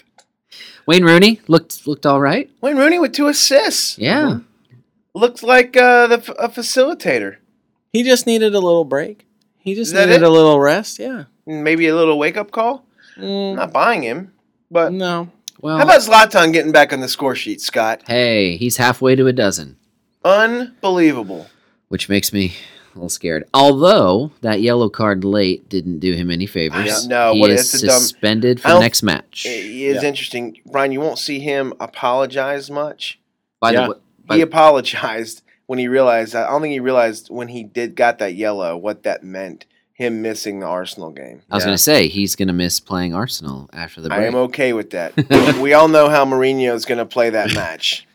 [SPEAKER 3] Wayne Rooney looked looked all right.
[SPEAKER 2] Wayne Rooney with two assists.
[SPEAKER 3] Yeah.
[SPEAKER 2] Looks like uh, the, f- a facilitator.
[SPEAKER 1] He just needed a little break. He
[SPEAKER 2] Is
[SPEAKER 1] just
[SPEAKER 2] that
[SPEAKER 1] needed a
[SPEAKER 2] it?
[SPEAKER 1] little rest. Yeah.
[SPEAKER 2] Maybe a little wake up call. I'm
[SPEAKER 1] Mm,
[SPEAKER 2] not buying him, but
[SPEAKER 1] no.
[SPEAKER 3] Well,
[SPEAKER 2] how about Zlatan getting back on the score sheet, Scott?
[SPEAKER 3] hey, he's halfway to a dozen,
[SPEAKER 2] Unbelievable.
[SPEAKER 3] which makes me a little scared. Although that yellow card late didn't do him any favors.
[SPEAKER 2] Yeah, no,
[SPEAKER 3] he
[SPEAKER 2] what-
[SPEAKER 3] is
[SPEAKER 2] that's a dumb-
[SPEAKER 3] suspended
[SPEAKER 2] I
[SPEAKER 3] for the
[SPEAKER 2] don't-
[SPEAKER 3] next match.
[SPEAKER 2] It is
[SPEAKER 1] Yeah.
[SPEAKER 2] interesting, Brian. You won't see him apologize much.
[SPEAKER 3] By
[SPEAKER 1] Yeah.
[SPEAKER 3] the way, by
[SPEAKER 2] he
[SPEAKER 3] the-
[SPEAKER 2] apologized when he realized. I don't think he realized when he did got that yellow what that meant him missing the Arsenal game.
[SPEAKER 3] I was
[SPEAKER 2] Yeah.
[SPEAKER 3] going to say he's going to miss playing Arsenal after the break.
[SPEAKER 2] I am okay with that. But we all know how Mourinho's going to play that match.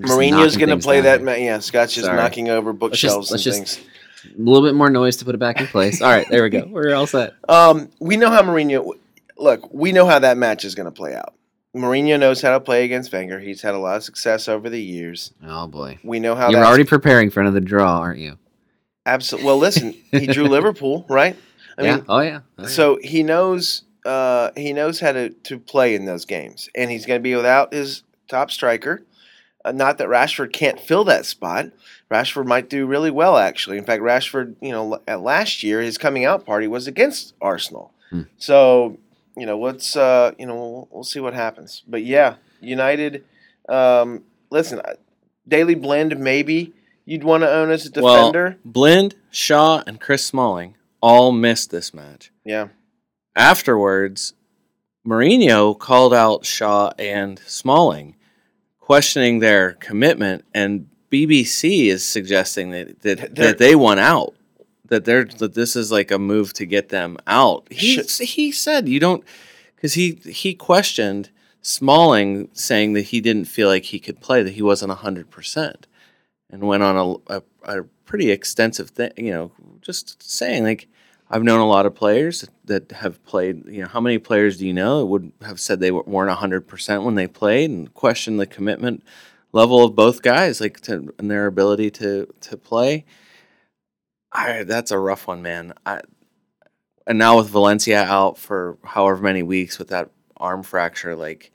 [SPEAKER 3] Just
[SPEAKER 2] Mourinho's
[SPEAKER 3] knocking
[SPEAKER 2] going to
[SPEAKER 3] things
[SPEAKER 2] play
[SPEAKER 3] down.
[SPEAKER 2] that match. Yeah, Scott's just
[SPEAKER 3] Sorry.
[SPEAKER 2] knocking over
[SPEAKER 3] just-
[SPEAKER 2] bookshelves
[SPEAKER 3] let's
[SPEAKER 2] and
[SPEAKER 3] just-
[SPEAKER 2] things.
[SPEAKER 3] A little bit more noise to put it back in place. All right, there we go. We're all set.
[SPEAKER 2] Um, we know how Mourinho. Look, we know how that match is going to play out. Mourinho knows how to play against Wenger. He's had a lot of success over the years.
[SPEAKER 3] Oh boy,
[SPEAKER 2] We know how.
[SPEAKER 3] you're
[SPEAKER 2] that's-
[SPEAKER 3] already preparing for another draw, aren't you?
[SPEAKER 2] Absolutely. Well, listen, he drew Liverpool, right? I
[SPEAKER 3] yeah.
[SPEAKER 2] mean,
[SPEAKER 3] oh yeah. Oh, yeah.
[SPEAKER 2] so he knows uh, he knows how to, to play in those games, and he's going to be without his top striker. Uh, not that Rashford can't fill that spot. Rashford might do really well, actually. In fact, Rashford, you know, l- at last year his coming out party was against Arsenal.
[SPEAKER 3] Hmm.
[SPEAKER 2] So you know, let's uh, you know we'll, we'll see what happens. But yeah, United. Um, listen, I- Daily Blend maybe you'd want to own as a
[SPEAKER 1] Well,
[SPEAKER 2] defender.
[SPEAKER 1] Blind, Shaw, and Chris Smalling all missed this match.
[SPEAKER 2] yeah.
[SPEAKER 1] Afterwards, Mourinho called out Shaw and Smalling, questioning their commitment, and BBC is suggesting that that,
[SPEAKER 2] They're-
[SPEAKER 1] that they want out. That they're that this is like a move to get them out. He he said you don't because he he questioned Smalling saying that he didn't feel like he could play that he wasn't hundred percent, and went on a, a, a pretty extensive thing. You know, just saying like I've known a lot of players that have played. You know, how many players do you know that would have said they weren't hundred percent when they played and questioned the commitment level of both guys, like to and their ability to to play. I that's a rough one, man. I and now with Valencia out for however many weeks with that arm fracture, like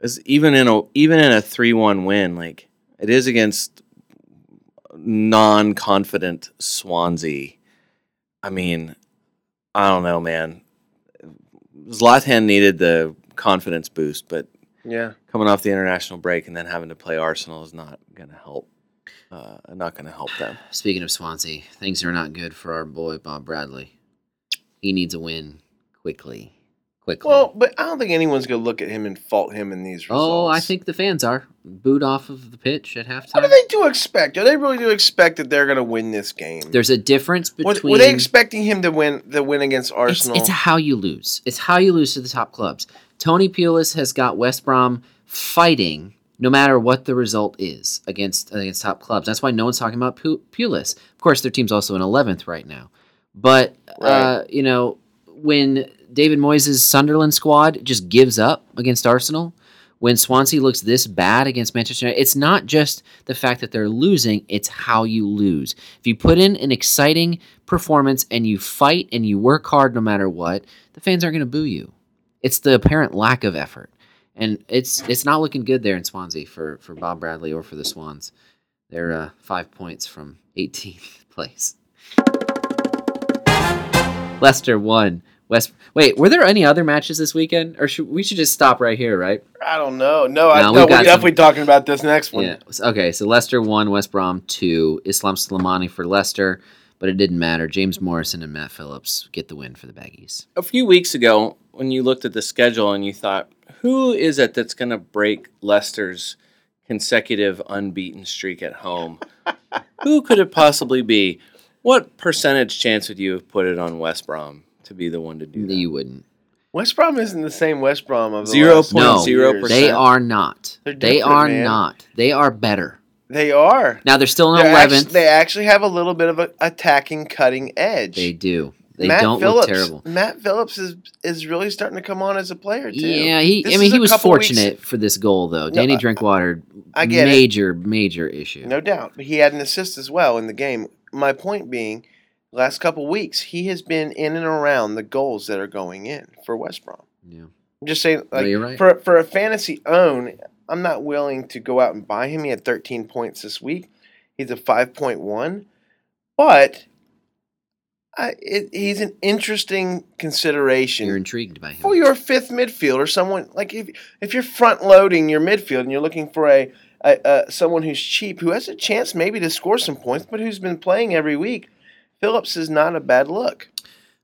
[SPEAKER 1] is even in a even in a three one win, like it is against non confident Swansea. I mean, I don't know, man. Zlatan needed the confidence boost, but
[SPEAKER 2] Yeah.
[SPEAKER 1] coming off the international break and then having to play Arsenal is not going to help. Uh, not going to help them.
[SPEAKER 3] Speaking of Swansea, things are not good for our boy Bob Bradley. He needs a win quickly. Quickly.
[SPEAKER 2] Well, but I don't think anyone's going to look at him and fault him in these results.
[SPEAKER 3] oh, I think the fans are booed off of the pitch at halftime.
[SPEAKER 2] What do they do expect? Do they really do expect that they're going to win this game?
[SPEAKER 3] There's a difference
[SPEAKER 2] Were-
[SPEAKER 3] between.
[SPEAKER 2] were they expecting him to win the win against
[SPEAKER 3] it's,
[SPEAKER 2] Arsenal?
[SPEAKER 3] it's how you lose. It's how you lose to the top clubs. Tony Pulis has got West Brom fighting no matter what the result is against against top clubs. That's why no one's talking about Pu- Pulis. Of course, their team's also in 11th right now. But uh, you know, when David Moyes' Sunderland squad just gives up against Arsenal, when Swansea looks this bad against Manchester United, it's not just the fact that they're losing, it's how you lose. If you put in an exciting performance and you fight and you work hard no matter what, the fans aren't going to boo you. It's the apparent lack of effort. And it's it's not looking good there in Swansea for, for Bob Bradley or for the Swans. They're uh, five points from 18th place. Leicester won. West. Wait, were there any other matches this weekend, or should we should just stop right here, right?
[SPEAKER 2] I don't know. No, I, no,
[SPEAKER 3] No, we've
[SPEAKER 2] we're
[SPEAKER 3] got some-
[SPEAKER 2] definitely talking about this next one.
[SPEAKER 3] Yeah. s- Okay. So Leicester one, West Brom two. Islam Slimani for Leicester, but it didn't matter. James Morrison and Matt Phillips get the win for the Baggies.
[SPEAKER 1] A few weeks ago, when you looked at the schedule and you thought, who is it that's going to break Leicester's consecutive unbeaten streak at home? who could it possibly be? What percentage chance would you have put it on West Brom to be the one to do that?
[SPEAKER 3] You wouldn't.
[SPEAKER 2] West Brom isn't the same West Brom of the
[SPEAKER 1] Zero
[SPEAKER 2] last
[SPEAKER 1] point
[SPEAKER 2] few
[SPEAKER 3] No,
[SPEAKER 1] zero
[SPEAKER 2] years.
[SPEAKER 1] percent.
[SPEAKER 3] They are not.
[SPEAKER 2] They're
[SPEAKER 3] They
[SPEAKER 2] different,
[SPEAKER 3] are
[SPEAKER 2] man.
[SPEAKER 3] not. They are better.
[SPEAKER 2] They are.
[SPEAKER 3] Now they're still in
[SPEAKER 2] They're actu-
[SPEAKER 3] eleventh.
[SPEAKER 2] they actually have a little bit of an attacking, cutting edge.
[SPEAKER 3] They do. They
[SPEAKER 2] Matt
[SPEAKER 3] don't
[SPEAKER 2] Phillips,
[SPEAKER 3] look terrible.
[SPEAKER 2] Matt Phillips is is really starting to come on as a player too.
[SPEAKER 3] Yeah, he.
[SPEAKER 2] This
[SPEAKER 3] I mean,
[SPEAKER 2] is
[SPEAKER 3] he
[SPEAKER 2] a
[SPEAKER 3] was
[SPEAKER 2] couple weeks-
[SPEAKER 3] fortunate for this goal though. Danny
[SPEAKER 2] I-
[SPEAKER 3] Drinkwater,
[SPEAKER 2] I get it.
[SPEAKER 3] major, major issue.
[SPEAKER 2] No doubt. But he had an assist as well in the game. My point being, last couple weeks, he has been in and around the goals that are going in for West Brom.
[SPEAKER 3] Yeah.
[SPEAKER 2] I'm just saying,
[SPEAKER 3] No,
[SPEAKER 2] like,
[SPEAKER 3] you're right.
[SPEAKER 2] for, for a fantasy own, I'm not willing to go out and buy him. He had 13 points this week, he's a 5.1. But. I, it, he's an interesting consideration
[SPEAKER 3] You're intrigued by him.
[SPEAKER 2] for your Oh, fifth midfielder, someone like if if you're front loading your midfield and you're looking for a, a, a someone who's cheap who has a chance maybe to score some points, but who's been playing every week, Phillips is not a bad look.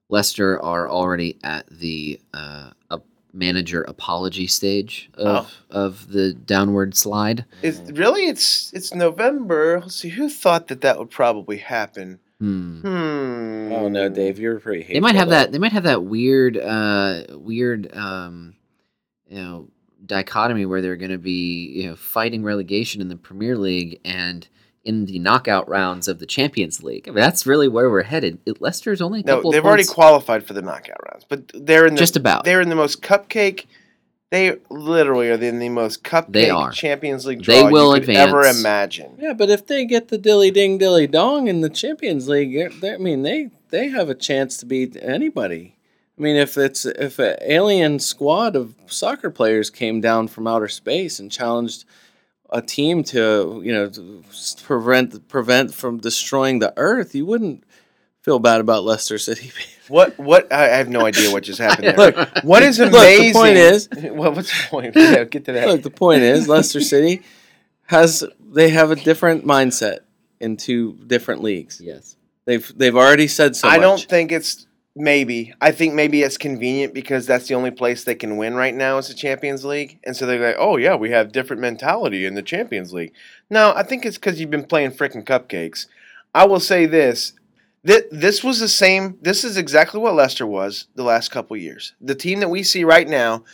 [SPEAKER 3] Leicester are already at the uh, ap- manager apology stage of of the downward slide.
[SPEAKER 2] It's
[SPEAKER 1] Mm.
[SPEAKER 2] really it's it's November. Let's see who thought that that would probably happen.
[SPEAKER 3] Hmm.
[SPEAKER 2] Hmm.
[SPEAKER 1] Oh no, Dave, you're pretty.
[SPEAKER 3] They might have that. They might have that weird, uh, weird, um, you know, dichotomy where they're going to be, you know, fighting relegation in the Premier League and in the knockout rounds of the Champions League. I mean, that's really where we're headed. It, Leicester's only a couple.
[SPEAKER 2] No,
[SPEAKER 3] of
[SPEAKER 2] they've already
[SPEAKER 3] points-
[SPEAKER 2] qualified for the knockout rounds, but they're in the,
[SPEAKER 3] just about.
[SPEAKER 2] they're in the most cupcake. They literally are in the most cupcake
[SPEAKER 3] They are.
[SPEAKER 2] Champions League draw
[SPEAKER 3] They will
[SPEAKER 2] you could ever
[SPEAKER 3] advance.
[SPEAKER 2] imagine.
[SPEAKER 1] Yeah, but if they get the dilly ding dilly dong in the Champions League, they're- they're- I mean, they they have a chance to beat anybody. I mean, if it's if an alien squad of soccer players came down from outer space and challenged a team to you know to s- prevent prevent from destroying the Earth, you wouldn't feel bad about Leicester City.
[SPEAKER 2] What? What? I I have no idea what just happened there.
[SPEAKER 1] Look,
[SPEAKER 2] what is
[SPEAKER 1] look,
[SPEAKER 2] amazing?
[SPEAKER 1] the point is-
[SPEAKER 2] well, what's the point? Yeah, get to that.
[SPEAKER 1] Look, the point is Leicester City has they have a different mindset in two different leagues.
[SPEAKER 3] yes.
[SPEAKER 1] They've they've already said so.
[SPEAKER 2] I
[SPEAKER 1] much.
[SPEAKER 2] don't think it's maybe. I think maybe it's convenient because that's the only place they can win right now is the Champions League. And so they're like, oh, yeah, we have different mentality in the Champions League. No, I think it's because you've been playing frickin' cupcakes. I will say this. Th- this was the same. This is exactly what Leicester was the last couple years. The team that we see right now,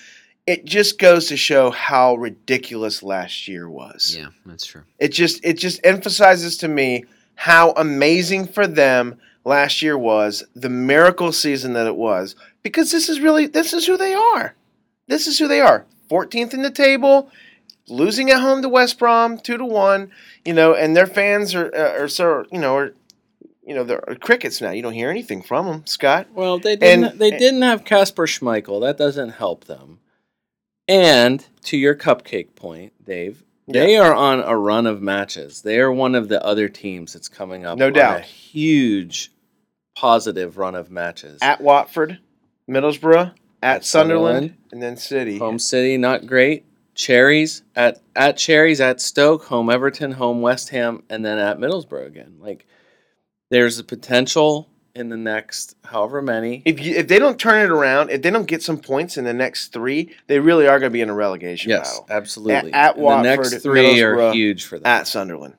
[SPEAKER 2] it just goes to show how ridiculous last year was.
[SPEAKER 3] Yeah, that's true.
[SPEAKER 2] It just it just emphasizes to me how amazing for them last year was, the miracle season that it was, because this is really this is who they are. This is who they are. 14th in the table, losing at home to West Brom 2 to 1, you know, and their fans are uh, are so, you know, are you know, they're crickets now. You don't hear anything from them, Scott.
[SPEAKER 1] Well, they didn't.
[SPEAKER 2] And-
[SPEAKER 1] they didn't have Casper Schmeichel. That doesn't help them. And to your cupcake point, Dave, they are on a run of matches. They are one of the other teams that's coming up.
[SPEAKER 2] No
[SPEAKER 1] on
[SPEAKER 2] doubt.
[SPEAKER 1] a huge positive run of matches.
[SPEAKER 2] At Watford, Middlesbrough, at,
[SPEAKER 1] At
[SPEAKER 2] Sunderland,
[SPEAKER 1] Sunderland.
[SPEAKER 2] and then City.
[SPEAKER 1] home City, not great. Cherries at at Cherries at Stoke, home Everton, home West Ham, and then at Middlesbrough again. Like there's a potential in the next however many.
[SPEAKER 2] If you, if they don't turn it around, if they don't get some points in the next three, they really are going to be in a relegation
[SPEAKER 1] Yes,
[SPEAKER 2] battle
[SPEAKER 1] absolutely.
[SPEAKER 2] At- at
[SPEAKER 1] And the next
[SPEAKER 2] Watford,
[SPEAKER 1] three are
[SPEAKER 2] Middlesbrough,
[SPEAKER 1] huge for them.
[SPEAKER 2] at Sunderland.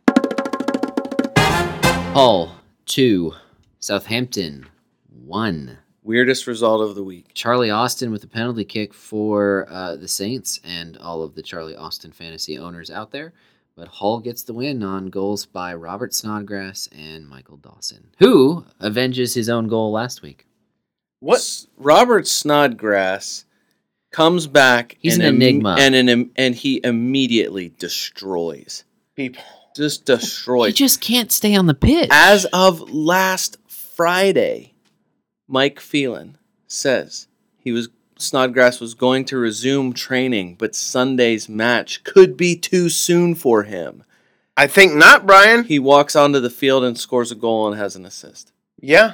[SPEAKER 3] Hull two, Southampton one.
[SPEAKER 1] Weirdest result of the week.
[SPEAKER 3] Charlie Austin with a penalty kick for uh, the Saints and all of the Charlie Austin fantasy owners out there. But Hull gets the win on goals by Robert Snodgrass and Michael Dawson, who avenges his own goal last week.
[SPEAKER 2] What?
[SPEAKER 1] S- Robert Snodgrass comes back.
[SPEAKER 3] He's
[SPEAKER 1] and
[SPEAKER 3] an
[SPEAKER 1] imme-
[SPEAKER 3] enigma.
[SPEAKER 1] and an, im- and he immediately destroys,
[SPEAKER 2] People.
[SPEAKER 1] just
[SPEAKER 3] He
[SPEAKER 1] destroys.
[SPEAKER 3] just can't stay on the pitch.
[SPEAKER 1] As of last Friday, Mike Phelan says he was Snodgrass was going to resume training, but Sunday's match could be too soon for him.
[SPEAKER 2] I think not, Brian.
[SPEAKER 1] He walks onto the field and scores a goal and has an assist.
[SPEAKER 2] Yeah.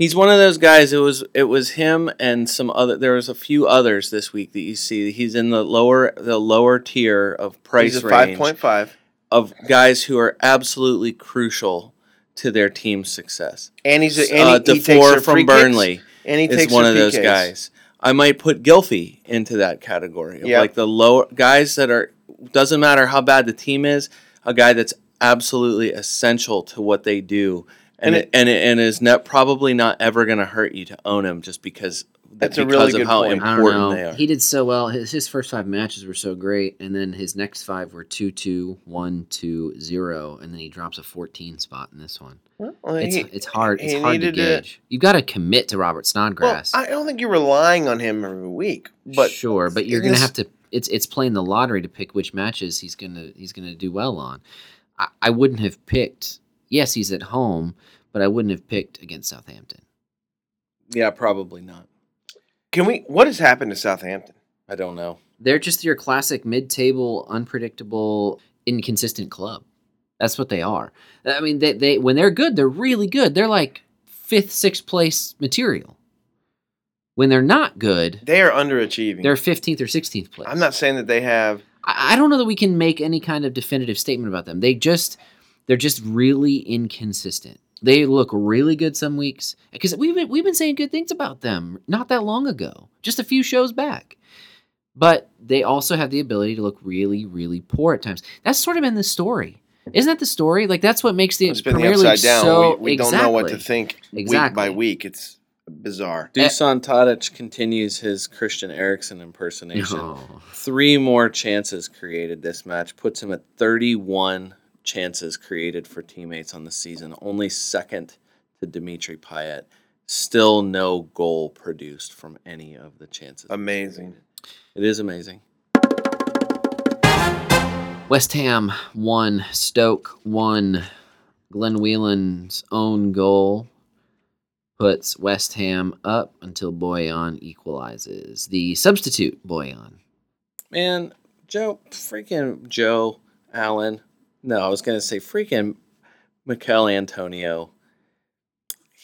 [SPEAKER 1] He's one of those guys. It was it was him and some other. There was a few others this week that you see. He's in the lower the lower tier of price
[SPEAKER 2] He's a
[SPEAKER 1] range
[SPEAKER 2] 5.5.
[SPEAKER 1] of guys who are absolutely crucial to their team's success.
[SPEAKER 2] And he's a, and
[SPEAKER 1] Uh,
[SPEAKER 2] he, he takes her
[SPEAKER 1] DeFore
[SPEAKER 2] free
[SPEAKER 1] from
[SPEAKER 2] kicks,
[SPEAKER 1] Burnley
[SPEAKER 2] and he
[SPEAKER 1] is
[SPEAKER 2] takes
[SPEAKER 1] one
[SPEAKER 2] her
[SPEAKER 1] of
[SPEAKER 2] free
[SPEAKER 1] those
[SPEAKER 2] kicks.
[SPEAKER 1] guys. I might put Gilfy into that category of
[SPEAKER 2] Yep.
[SPEAKER 1] like the lower guys that are doesn't matter how bad the team is, a guy that's absolutely essential to what they do. And
[SPEAKER 2] And
[SPEAKER 1] it, and it, and is not probably not ever going to hurt you to own him just because
[SPEAKER 2] That's a
[SPEAKER 1] because
[SPEAKER 2] really
[SPEAKER 1] of
[SPEAKER 2] good
[SPEAKER 1] how
[SPEAKER 2] point.
[SPEAKER 3] I don't
[SPEAKER 1] important they
[SPEAKER 3] know.
[SPEAKER 1] are.
[SPEAKER 3] He did so well. His, his first five matches were so great, and then his next five were 2 2, 1 2, 0, and then he drops a 14 spot in this one.
[SPEAKER 2] Well,
[SPEAKER 3] It's,
[SPEAKER 2] he-
[SPEAKER 3] it's hard. It's
[SPEAKER 2] he
[SPEAKER 3] hard to
[SPEAKER 2] needed to-
[SPEAKER 3] gauge. You've got to commit to Robert
[SPEAKER 2] well,
[SPEAKER 3] Snodgrass.
[SPEAKER 2] I don't think you're relying on him every week, but
[SPEAKER 3] sure, but you're
[SPEAKER 2] in
[SPEAKER 3] gonna
[SPEAKER 2] this-
[SPEAKER 3] have to. It's it's playing the lottery to pick which matches he's gonna he's gonna do well on. I, I wouldn't have picked. Yes, he's at home, but I wouldn't have picked against Southampton.
[SPEAKER 1] Yeah, probably not.
[SPEAKER 2] can we? What has happened to Southampton?
[SPEAKER 1] I don't know.
[SPEAKER 3] They're just your classic mid-table, unpredictable, inconsistent club. That's what they are. I mean, they, they when they're good, they're really good. They're like fifth, sixth place material. When they're not good,
[SPEAKER 2] They are underachieving.
[SPEAKER 3] they're fifteenth or sixteenth place.
[SPEAKER 2] I'm not saying that they have.
[SPEAKER 3] I I don't know that we can make any kind of definitive statement about them. They just they're just really inconsistent. They look really good some weeks because we've been, we've been saying good things about them not that long ago, just a few shows back. But they also have the ability to look really really poor at times. That's sort of been the story. Isn't that the story? Like that's what makes the
[SPEAKER 2] It's been
[SPEAKER 3] Premier
[SPEAKER 2] the
[SPEAKER 3] League
[SPEAKER 2] upside down.
[SPEAKER 3] so
[SPEAKER 2] we we don't know what to
[SPEAKER 3] exactly.
[SPEAKER 2] think week
[SPEAKER 3] Exactly.
[SPEAKER 2] by week. It's bizarre.
[SPEAKER 3] Eh.
[SPEAKER 1] Dusan Tadic continues his Christian Eriksen impersonation.
[SPEAKER 3] No.
[SPEAKER 1] Three more chances created this match puts him at 31 chances created for teammates on the season, only second to Dimitri Payet. Still no goal produced from any of the chances.
[SPEAKER 2] Um, Amazing.
[SPEAKER 1] It is amazing.
[SPEAKER 3] West Ham one, Stoke one. Glenn Whelan's own goal puts West Ham up until Boyan equalizes. The substitute Boyan.
[SPEAKER 1] Man, Joe, freaking Joe Allen. No, I was going to say freaking Mikel Antonio.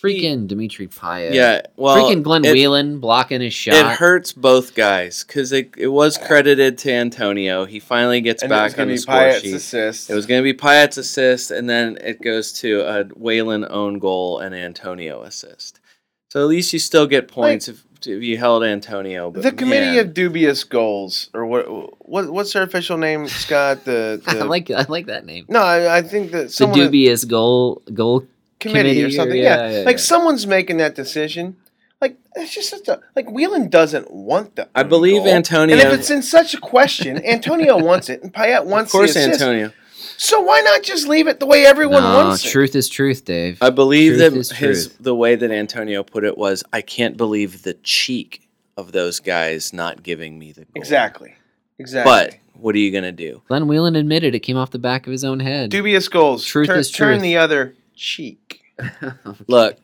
[SPEAKER 3] Freaking Dimitri Payet.
[SPEAKER 1] Yeah, well,
[SPEAKER 3] Freaking Glenn
[SPEAKER 1] it-
[SPEAKER 3] Whelan blocking his shot.
[SPEAKER 1] It hurts both guys because it, it was credited to Antonio. He finally gets
[SPEAKER 2] and it was
[SPEAKER 1] back on
[SPEAKER 2] going
[SPEAKER 1] the
[SPEAKER 2] to be
[SPEAKER 1] score
[SPEAKER 2] Payet's
[SPEAKER 1] sheet.
[SPEAKER 2] assist.
[SPEAKER 1] It was going to be Payet's assist, and then it goes to a Whalen own goal and Antonio assist. So at least you still get points if, if you held Antonio. But
[SPEAKER 2] the committee
[SPEAKER 1] man,
[SPEAKER 2] of dubious goals, or what? What? What's their official name, Scott? The,
[SPEAKER 3] I
[SPEAKER 2] the
[SPEAKER 3] like I like that name.
[SPEAKER 2] No, I, I think that
[SPEAKER 3] The
[SPEAKER 2] someone
[SPEAKER 3] dubious goal goal
[SPEAKER 2] committee,
[SPEAKER 3] committee
[SPEAKER 2] or
[SPEAKER 3] or-
[SPEAKER 2] something.
[SPEAKER 3] yeah,
[SPEAKER 2] yeah,
[SPEAKER 3] yeah,
[SPEAKER 2] like
[SPEAKER 3] yeah.
[SPEAKER 2] someone's making that decision. Like it's just such a, like Whelan doesn't want the.
[SPEAKER 1] I
[SPEAKER 2] own
[SPEAKER 1] believe
[SPEAKER 2] goal.
[SPEAKER 1] Antonio.
[SPEAKER 2] And if it's in such a question, Antonio wants it, and Payet
[SPEAKER 1] of
[SPEAKER 2] wants
[SPEAKER 1] course,
[SPEAKER 2] the assist.
[SPEAKER 1] Antonio.
[SPEAKER 2] So why not just leave it the way everyone
[SPEAKER 3] No,
[SPEAKER 2] wants it?
[SPEAKER 3] truth is truth, Dave.
[SPEAKER 1] I believe
[SPEAKER 3] Truth is
[SPEAKER 1] that his
[SPEAKER 3] truth.
[SPEAKER 1] the way that Antonio put it was, I can't believe the cheek of those guys not giving me the goal.
[SPEAKER 2] Exactly. Exactly.
[SPEAKER 1] But what are you gonna do?
[SPEAKER 3] Glenn Whelan admitted it came off the back of his own head.
[SPEAKER 2] dubious goals.
[SPEAKER 3] Truth
[SPEAKER 2] turn,
[SPEAKER 3] is
[SPEAKER 2] turn
[SPEAKER 3] truth.
[SPEAKER 2] the other cheek.
[SPEAKER 1] Look,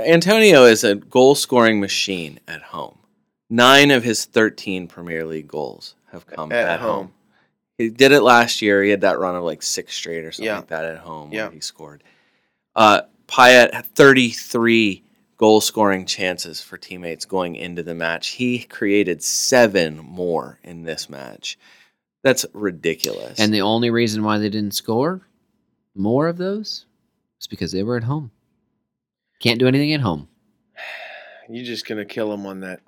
[SPEAKER 1] Antonio is a goal scoring machine at home. Nine of his 13 Premier League goals have come at,
[SPEAKER 2] At
[SPEAKER 1] home.
[SPEAKER 2] home.
[SPEAKER 1] He did it last year. He had that run of like six straight or something
[SPEAKER 2] Yeah.
[SPEAKER 1] like that at home
[SPEAKER 2] Yeah.
[SPEAKER 1] where he scored. Uh, Payet had 33 goal scoring chances for teammates going into the match. He created seven more in this match. That's ridiculous.
[SPEAKER 3] And the only reason why they didn't score more of those is because they were at home. Can't do anything at home.
[SPEAKER 2] You're just gonna kill him on that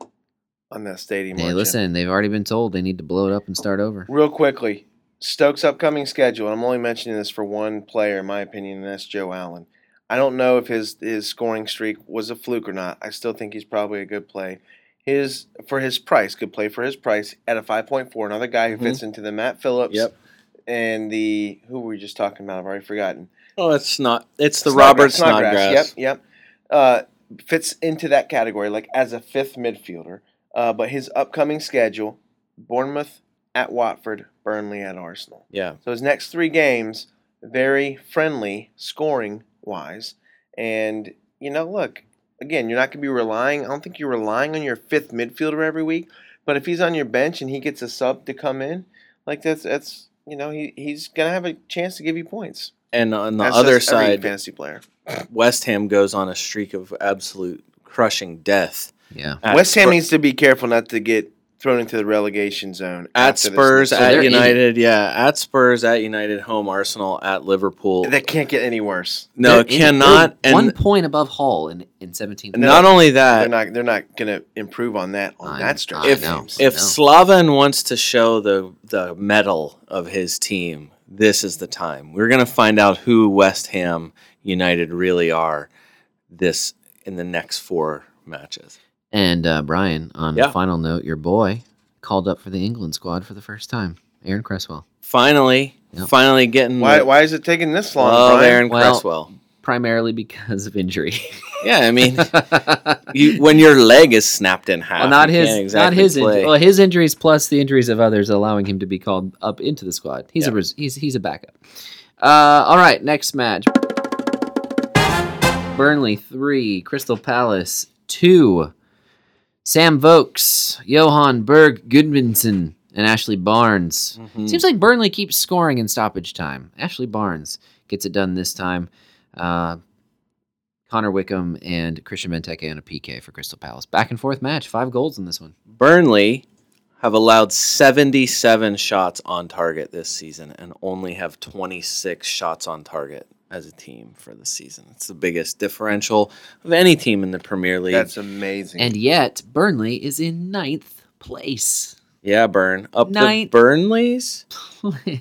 [SPEAKER 2] on that stadium.
[SPEAKER 3] Hey,
[SPEAKER 2] aren't you?
[SPEAKER 3] listen, they've already been told they need to blow it up and start over.
[SPEAKER 2] Real quickly, Stokes' upcoming schedule. and I'm only mentioning this for one player, in my opinion, and that's Joe Allen. I don't know if his his scoring streak was a fluke or not. I still think he's probably a good play. His for his price, good play for his price at a 5.4. Another guy
[SPEAKER 3] Mm-hmm.
[SPEAKER 2] who fits into the Matt Phillips
[SPEAKER 1] Yep.
[SPEAKER 2] and the who were we just talking about? I've already forgotten.
[SPEAKER 1] oh, it's not. It's the Robert Snodgrass.
[SPEAKER 2] Yep, yep. Uh, fits into that category, like as a fifth midfielder. Uh, but his upcoming schedule: Bournemouth at Watford, Burnley at Arsenal.
[SPEAKER 1] Yeah.
[SPEAKER 2] So his next three games, very friendly scoring wise. And, you know, look, again, you're not going to be relying, I don't think you're relying on your fifth midfielder every week. But if he's on your bench and he gets a sub to come in, like that's, that's you know, he, he's going to have a chance to give you points.
[SPEAKER 1] And on the
[SPEAKER 2] As
[SPEAKER 1] other
[SPEAKER 2] does every
[SPEAKER 1] side,
[SPEAKER 2] fantasy player.
[SPEAKER 1] West Ham goes on a streak of absolute crushing death.
[SPEAKER 3] Yeah.
[SPEAKER 1] At
[SPEAKER 2] West Ham
[SPEAKER 1] Spur-
[SPEAKER 2] needs to be careful not to get thrown into the relegation zone.
[SPEAKER 1] at
[SPEAKER 2] after this
[SPEAKER 1] Spurs,
[SPEAKER 2] next-
[SPEAKER 3] So they're
[SPEAKER 1] at
[SPEAKER 3] in it.
[SPEAKER 1] United, yeah, at Spurs, at United, home Arsenal, at Liverpool.
[SPEAKER 2] that can't get any worse.
[SPEAKER 1] no,
[SPEAKER 3] They're
[SPEAKER 1] it
[SPEAKER 3] in-
[SPEAKER 1] cannot.
[SPEAKER 3] they're
[SPEAKER 1] and
[SPEAKER 3] one point above Hull in, in 17.
[SPEAKER 2] No.
[SPEAKER 1] not only that,
[SPEAKER 2] They're not. They're not going to improve on that. On
[SPEAKER 3] I-
[SPEAKER 2] that stretch.
[SPEAKER 3] I
[SPEAKER 2] of
[SPEAKER 3] know.
[SPEAKER 2] games.
[SPEAKER 1] if
[SPEAKER 3] No.
[SPEAKER 1] Slaven wants to show the the medal of his team, this is the time. We're gonna find out who West Ham United really are. This in the next four matches.
[SPEAKER 3] And uh, Brian, on
[SPEAKER 1] Yeah.
[SPEAKER 3] a final note, your boy called up for the England squad for the first time, Aaron Cresswell.
[SPEAKER 1] Finally,
[SPEAKER 3] Yep.
[SPEAKER 1] finally getting
[SPEAKER 2] Why,
[SPEAKER 1] the
[SPEAKER 2] why is it taking this long,
[SPEAKER 1] love
[SPEAKER 2] Brian?
[SPEAKER 1] Aaron
[SPEAKER 3] Well-
[SPEAKER 1] Cresswell.
[SPEAKER 3] Primarily because of injury.
[SPEAKER 1] Yeah, I mean,
[SPEAKER 3] well,
[SPEAKER 1] you, when your leg is snapped in half,
[SPEAKER 3] not
[SPEAKER 1] you
[SPEAKER 3] his,
[SPEAKER 1] Uh, can't
[SPEAKER 3] not
[SPEAKER 1] exactly
[SPEAKER 3] his.
[SPEAKER 1] play.
[SPEAKER 3] Inju- well, his injuries plus the injuries of others allowing him to be called up into the squad. He's a
[SPEAKER 1] Yeah.
[SPEAKER 3] res- he's he's a backup. Uh, all right, next match. Burnley three, Crystal Palace two. Sam Vokes, Johan Berg Goodmanson, and Ashley Barnes.
[SPEAKER 1] Mhm.
[SPEAKER 3] Seems like Burnley keeps scoring in stoppage time. Ashley Barnes gets it done this time. Uh, Connor Wickham and Christian Benteke on a PK for Crystal Palace. Back and forth match. Five goals in this one.
[SPEAKER 1] Burnley have allowed 77 shots on target this season and only have 26 shots on target as a team for the season. It's the biggest differential of any team in the Premier League.
[SPEAKER 2] That's amazing.
[SPEAKER 3] And yet, Burnley is in ninth place.
[SPEAKER 1] Yeah, Burn. Up the
[SPEAKER 3] Night.
[SPEAKER 1] Burnleys?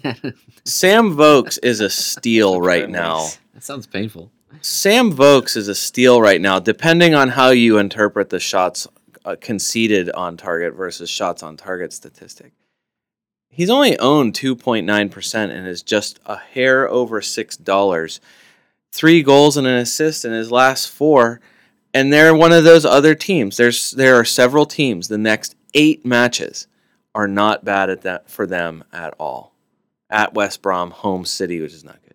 [SPEAKER 3] that
[SPEAKER 1] Sam Vokes is a steal right now.
[SPEAKER 3] sounds painful.
[SPEAKER 1] Sam Vokes is a steal right now, depending on how you interpret the shots uh, conceded on target versus shots on target statistic. He's only owned 2.9% and is just a hair over $6. Three goals and an assist in his last four. And they're one of those other teams. There's there are several teams. The next eight matches are not bad at that for them at all. At West Brom, home city, which is not good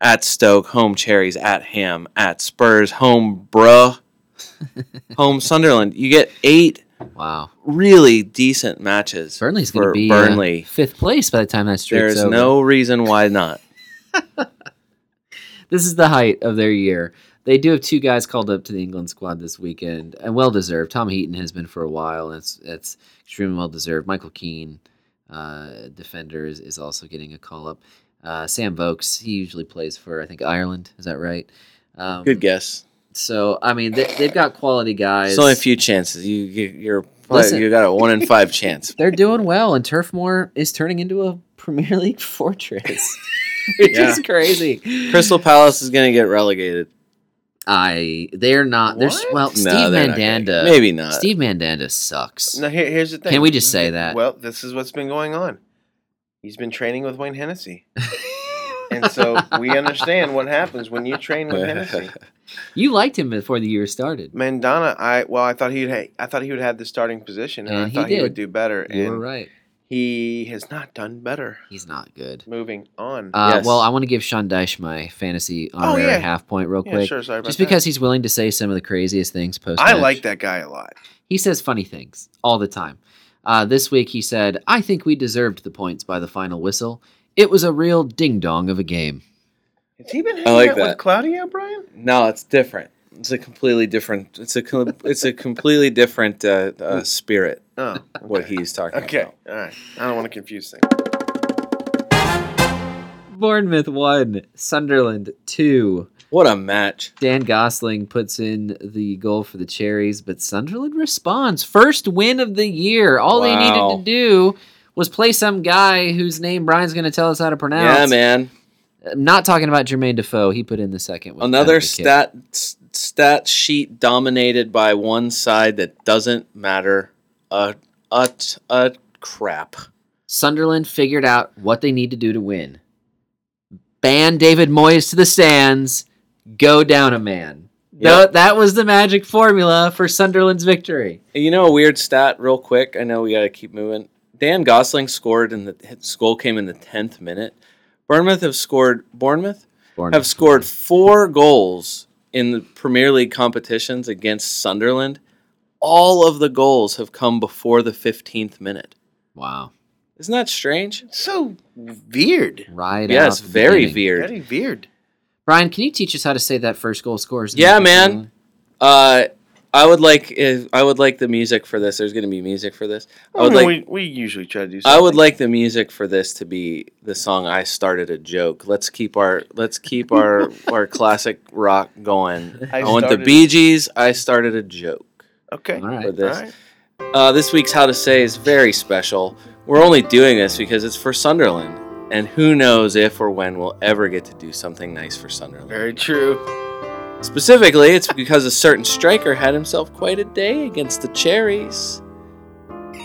[SPEAKER 1] at Stoke, home Cherries, at Ham, at Spurs, home Bruh, home Sunderland. You get eight
[SPEAKER 3] Wow.
[SPEAKER 1] really decent matches.
[SPEAKER 3] Burnley's going
[SPEAKER 1] for
[SPEAKER 3] to be uh,
[SPEAKER 1] Burnley.
[SPEAKER 3] fifth place by the time that streak's
[SPEAKER 1] There's
[SPEAKER 3] over.
[SPEAKER 1] no reason why not.
[SPEAKER 3] This is the height of their year. They do have two guys called up to the England squad this weekend, and well deserved. Tom Heaton has been for a while, and it's it's extremely well deserved. Michael Keane, uh, defender, is, is also getting a call up. Uh, Sam Vokes, he usually plays for I think Ireland. Is that right? Um,
[SPEAKER 1] Good guess.
[SPEAKER 3] So I mean, they, they've got quality guys.
[SPEAKER 1] It's only a few chances. You you- you're probably,
[SPEAKER 3] Listen.
[SPEAKER 1] you got a one in five chance.
[SPEAKER 3] They're doing well, and Turf Moor is turning into a Premier League fortress, which
[SPEAKER 1] Yeah.
[SPEAKER 3] is crazy.
[SPEAKER 1] Crystal Palace is going to get relegated.
[SPEAKER 3] I they're not. They're s-
[SPEAKER 2] What?
[SPEAKER 3] well.
[SPEAKER 1] No,
[SPEAKER 3] Steve
[SPEAKER 1] they're not gonna-
[SPEAKER 3] Mandanda.
[SPEAKER 1] Maybe not.
[SPEAKER 3] Steve Mandanda sucks.
[SPEAKER 2] Now here, here's the thing.
[SPEAKER 3] Can we just say that?
[SPEAKER 2] Well, this is what's been going on. He's been training with Wayne Hennessy. and so we understand what happens when you train with Hennessy.
[SPEAKER 3] you liked him before the year started.
[SPEAKER 2] Mandana, I well, I thought he'd ha- I thought he would have the starting position, and,
[SPEAKER 3] And
[SPEAKER 2] I
[SPEAKER 3] he
[SPEAKER 2] thought he,
[SPEAKER 3] did.
[SPEAKER 2] would do better,
[SPEAKER 3] You were
[SPEAKER 2] Mm, and
[SPEAKER 3] right.
[SPEAKER 2] he has not done better.
[SPEAKER 3] He's not good.
[SPEAKER 2] Moving on.
[SPEAKER 3] Uh,
[SPEAKER 1] Yes.
[SPEAKER 3] Well, I want to give Sean Dyche my fantasy honorary
[SPEAKER 2] Oh, yeah.
[SPEAKER 3] half point real
[SPEAKER 2] yeah,
[SPEAKER 3] quick,
[SPEAKER 2] sure. Sorry about
[SPEAKER 3] just
[SPEAKER 2] that.
[SPEAKER 3] because he's willing to say some of the craziest things post.
[SPEAKER 2] I like that guy a lot.
[SPEAKER 3] He says funny things all the time. Uh, this week he said, "I think we deserved the points by the final whistle. It was a real ding dong of a game."
[SPEAKER 2] Has he been
[SPEAKER 1] I
[SPEAKER 2] hanging
[SPEAKER 1] like
[SPEAKER 2] out
[SPEAKER 1] that.
[SPEAKER 2] with Claudio, Brian?
[SPEAKER 1] No, it's different. It's a completely different. It's a com- it's a completely different uh, uh, spirit.
[SPEAKER 2] Oh,
[SPEAKER 1] What he's talking
[SPEAKER 2] okay.
[SPEAKER 1] about.
[SPEAKER 2] All right. I don't want to confuse things.
[SPEAKER 3] Bournemouth one, Sunderland two.
[SPEAKER 1] What a match!
[SPEAKER 3] Dan Gosling puts in the goal for the Cherries, but Sunderland responds. First win of the year. All they
[SPEAKER 1] Wow.
[SPEAKER 3] needed to do was play some guy whose name Brian's going to tell us how to pronounce.
[SPEAKER 1] Yeah, man.
[SPEAKER 3] I'm not talking about Jermaine Defoe. He put in the second one.
[SPEAKER 1] Another stat s- stat sheet dominated by one side that doesn't matter a a t- a crap.
[SPEAKER 3] Sunderland figured out what they need to do to win. Ban David Moyes to the stands. Go down a man. Tho- that was the magic formula for Sunderland's victory.
[SPEAKER 1] You know a weird stat, real quick. I know we got to keep moving. Dan Gosling scored in the his goal came in the tenth minute. Bournemouth have scored. Bournemouth have scored four goals in the Premier League competitions against Sunderland. All of the goals have come before the fifteenth minute.
[SPEAKER 3] Wow.
[SPEAKER 1] Isn't that strange?
[SPEAKER 2] So weird.
[SPEAKER 3] Right.
[SPEAKER 1] yes,
[SPEAKER 3] out the
[SPEAKER 1] very
[SPEAKER 3] beginning.
[SPEAKER 1] weird.
[SPEAKER 2] Very weird.
[SPEAKER 3] Brian, can you teach us how to say that first goal scores?
[SPEAKER 1] Yeah, man. Uh, I would like if I would like the music for this. There's going to be music for this. I would like
[SPEAKER 2] we, we usually try to do.
[SPEAKER 1] I would
[SPEAKER 2] something.
[SPEAKER 1] like the music for this to be the song I started a joke. Let's keep our let's keep our our classic rock going. I,
[SPEAKER 2] I
[SPEAKER 1] want the
[SPEAKER 2] started-
[SPEAKER 1] Bee Gees. I started a joke
[SPEAKER 2] Okay.
[SPEAKER 3] All
[SPEAKER 1] for
[SPEAKER 3] right.
[SPEAKER 1] this.
[SPEAKER 2] All right.
[SPEAKER 1] Uh, this week's How to Say is very special. We're only doing this because it's for Sunderland, and who knows if or when we'll ever get to do something nice for Sunderland.
[SPEAKER 2] Very true.
[SPEAKER 1] Specifically, it's because a certain striker had himself quite a day against the Cherries.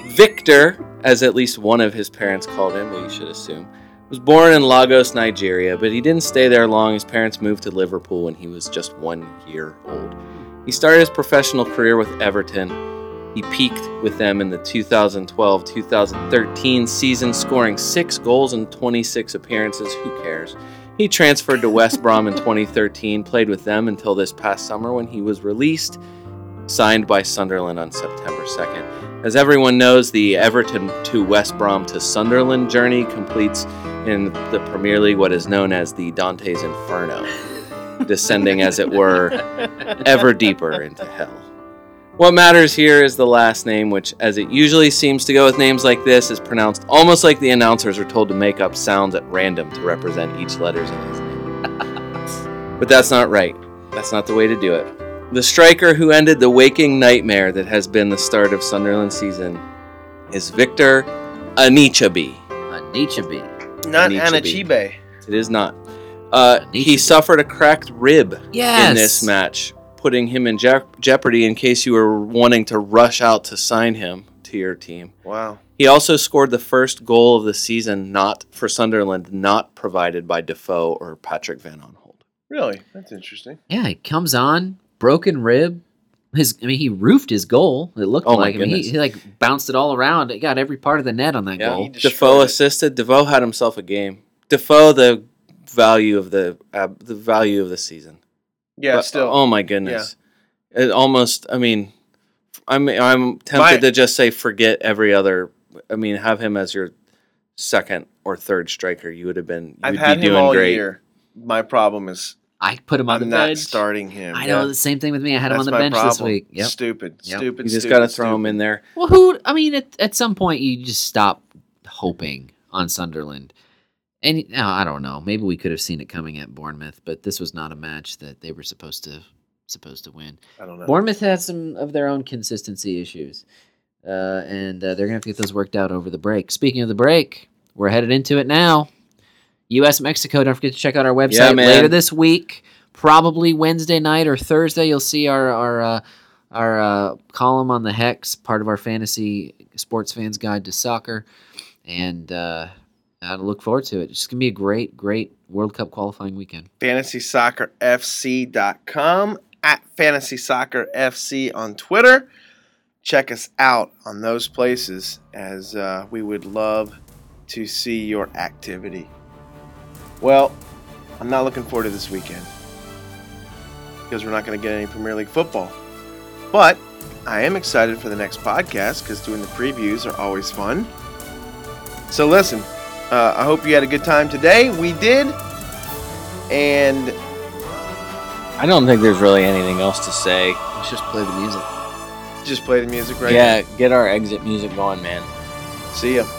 [SPEAKER 1] Victor, as at least one of his parents called him, we should assume, was born in Lagos, Nigeria, but he didn't stay there long. His parents moved to Liverpool when he was just one year old. He started his professional career with Everton. He peaked with them in the 2012 2013 season, scoring six goals in 26 appearances. Who cares? He transferred to West Brom in 2013, played with them until this past summer when he was released, signed by Sunderland on September 2nd. As everyone knows, the Everton to West Brom to Sunderland journey completes in the Premier League what is known as the Dante's Inferno, descending, as it were, ever deeper into hell. What matters here is the last name, which, as it usually seems to go with names like this, is pronounced almost like the announcers are told to make up sounds at random to represent each letters in his name. but that's not right. That's not the way to do it. The striker who ended the waking nightmare that has been the start of Sunderland season is Victor Anichabi.
[SPEAKER 3] Anichabi.
[SPEAKER 2] Not
[SPEAKER 1] Anichabi.
[SPEAKER 2] Anachibe.
[SPEAKER 1] It is not. Uh, he
[SPEAKER 3] Anichabi.
[SPEAKER 1] suffered a cracked rib
[SPEAKER 3] Yes.
[SPEAKER 1] in this match, putting him in jep- jeopardy in case you were wanting to rush out to sign him to your team.
[SPEAKER 2] Wow.
[SPEAKER 1] He also scored the first goal of the season, not for Sunderland, not provided by Defoe or Patrick Van Onhold.
[SPEAKER 2] Really? That's interesting.
[SPEAKER 3] Yeah, he comes on broken rib. His, I mean, he roofed his goal. It looked
[SPEAKER 1] Oh my
[SPEAKER 3] like. I mean, he,
[SPEAKER 1] goodness.
[SPEAKER 3] he like bounced it all around. It got every part of the net on that
[SPEAKER 1] Yeah,
[SPEAKER 3] goal.
[SPEAKER 2] he destroyed
[SPEAKER 1] Defoe
[SPEAKER 2] it.
[SPEAKER 1] assisted. Defoe had himself a game. Defoe, the value of the uh, the value of the season.
[SPEAKER 2] Yeah,
[SPEAKER 1] But,
[SPEAKER 2] still.
[SPEAKER 1] Oh my goodness. It almost. I mean, I'm I'm tempted
[SPEAKER 2] My-
[SPEAKER 1] to just say forget every other. I mean, have him as your second or third striker. You would have been. You
[SPEAKER 2] I've
[SPEAKER 1] would
[SPEAKER 2] had
[SPEAKER 1] be
[SPEAKER 2] him
[SPEAKER 1] doing
[SPEAKER 2] all
[SPEAKER 1] great.
[SPEAKER 2] year. My problem is
[SPEAKER 3] I put him on
[SPEAKER 2] I'm
[SPEAKER 3] the
[SPEAKER 2] not
[SPEAKER 3] bench.
[SPEAKER 2] starting him.
[SPEAKER 3] I know
[SPEAKER 2] Yeah.
[SPEAKER 3] the same thing with me. I had him
[SPEAKER 2] That's
[SPEAKER 3] on the
[SPEAKER 2] my
[SPEAKER 3] bench this
[SPEAKER 2] problem.
[SPEAKER 3] week. Yep.
[SPEAKER 2] Stupid,
[SPEAKER 3] Yep.
[SPEAKER 2] stupid.
[SPEAKER 1] You just
[SPEAKER 2] stupid,
[SPEAKER 1] got to throw him
[SPEAKER 2] stupid.
[SPEAKER 1] in there.
[SPEAKER 3] Well, who? I mean, at, at some point, you just stop hoping on Sunderland. And no, I don't know. Maybe we could have seen it coming at Bournemouth, but this was not a match that they were supposed to supposed to win.
[SPEAKER 2] I don't know.
[SPEAKER 3] Bournemouth had some of their own consistency issues, uh, and uh, they're gonna have to get those worked out over the break. Speaking of the break, we're headed into it now. U.S. Mexico. Don't forget to check out our website
[SPEAKER 1] Yeah, man.
[SPEAKER 3] later this week. Probably Wednesday night or Thursday. You'll see our our uh, our uh, column on the Hex, part of our fantasy sports fans guide to soccer, and uh, I look forward to it. It's gonna be a great, great World Cup qualifying weekend.
[SPEAKER 2] fantasysoccerfc.com at fantasysoccerfc on Twitter. Check us out on those places as uh, we would love to see your activity. Well, I'm not looking forward to this weekend because we're not going to get any Premier League football. But I am excited for the next podcast because doing the previews are always fun. So, listen, uh, I hope you had a good time today. We did. And
[SPEAKER 1] I don't think there's really anything else to say.
[SPEAKER 3] Let's just play the music.
[SPEAKER 2] just play the music right
[SPEAKER 1] yeah, get our exit music going, man.
[SPEAKER 2] now. See ya.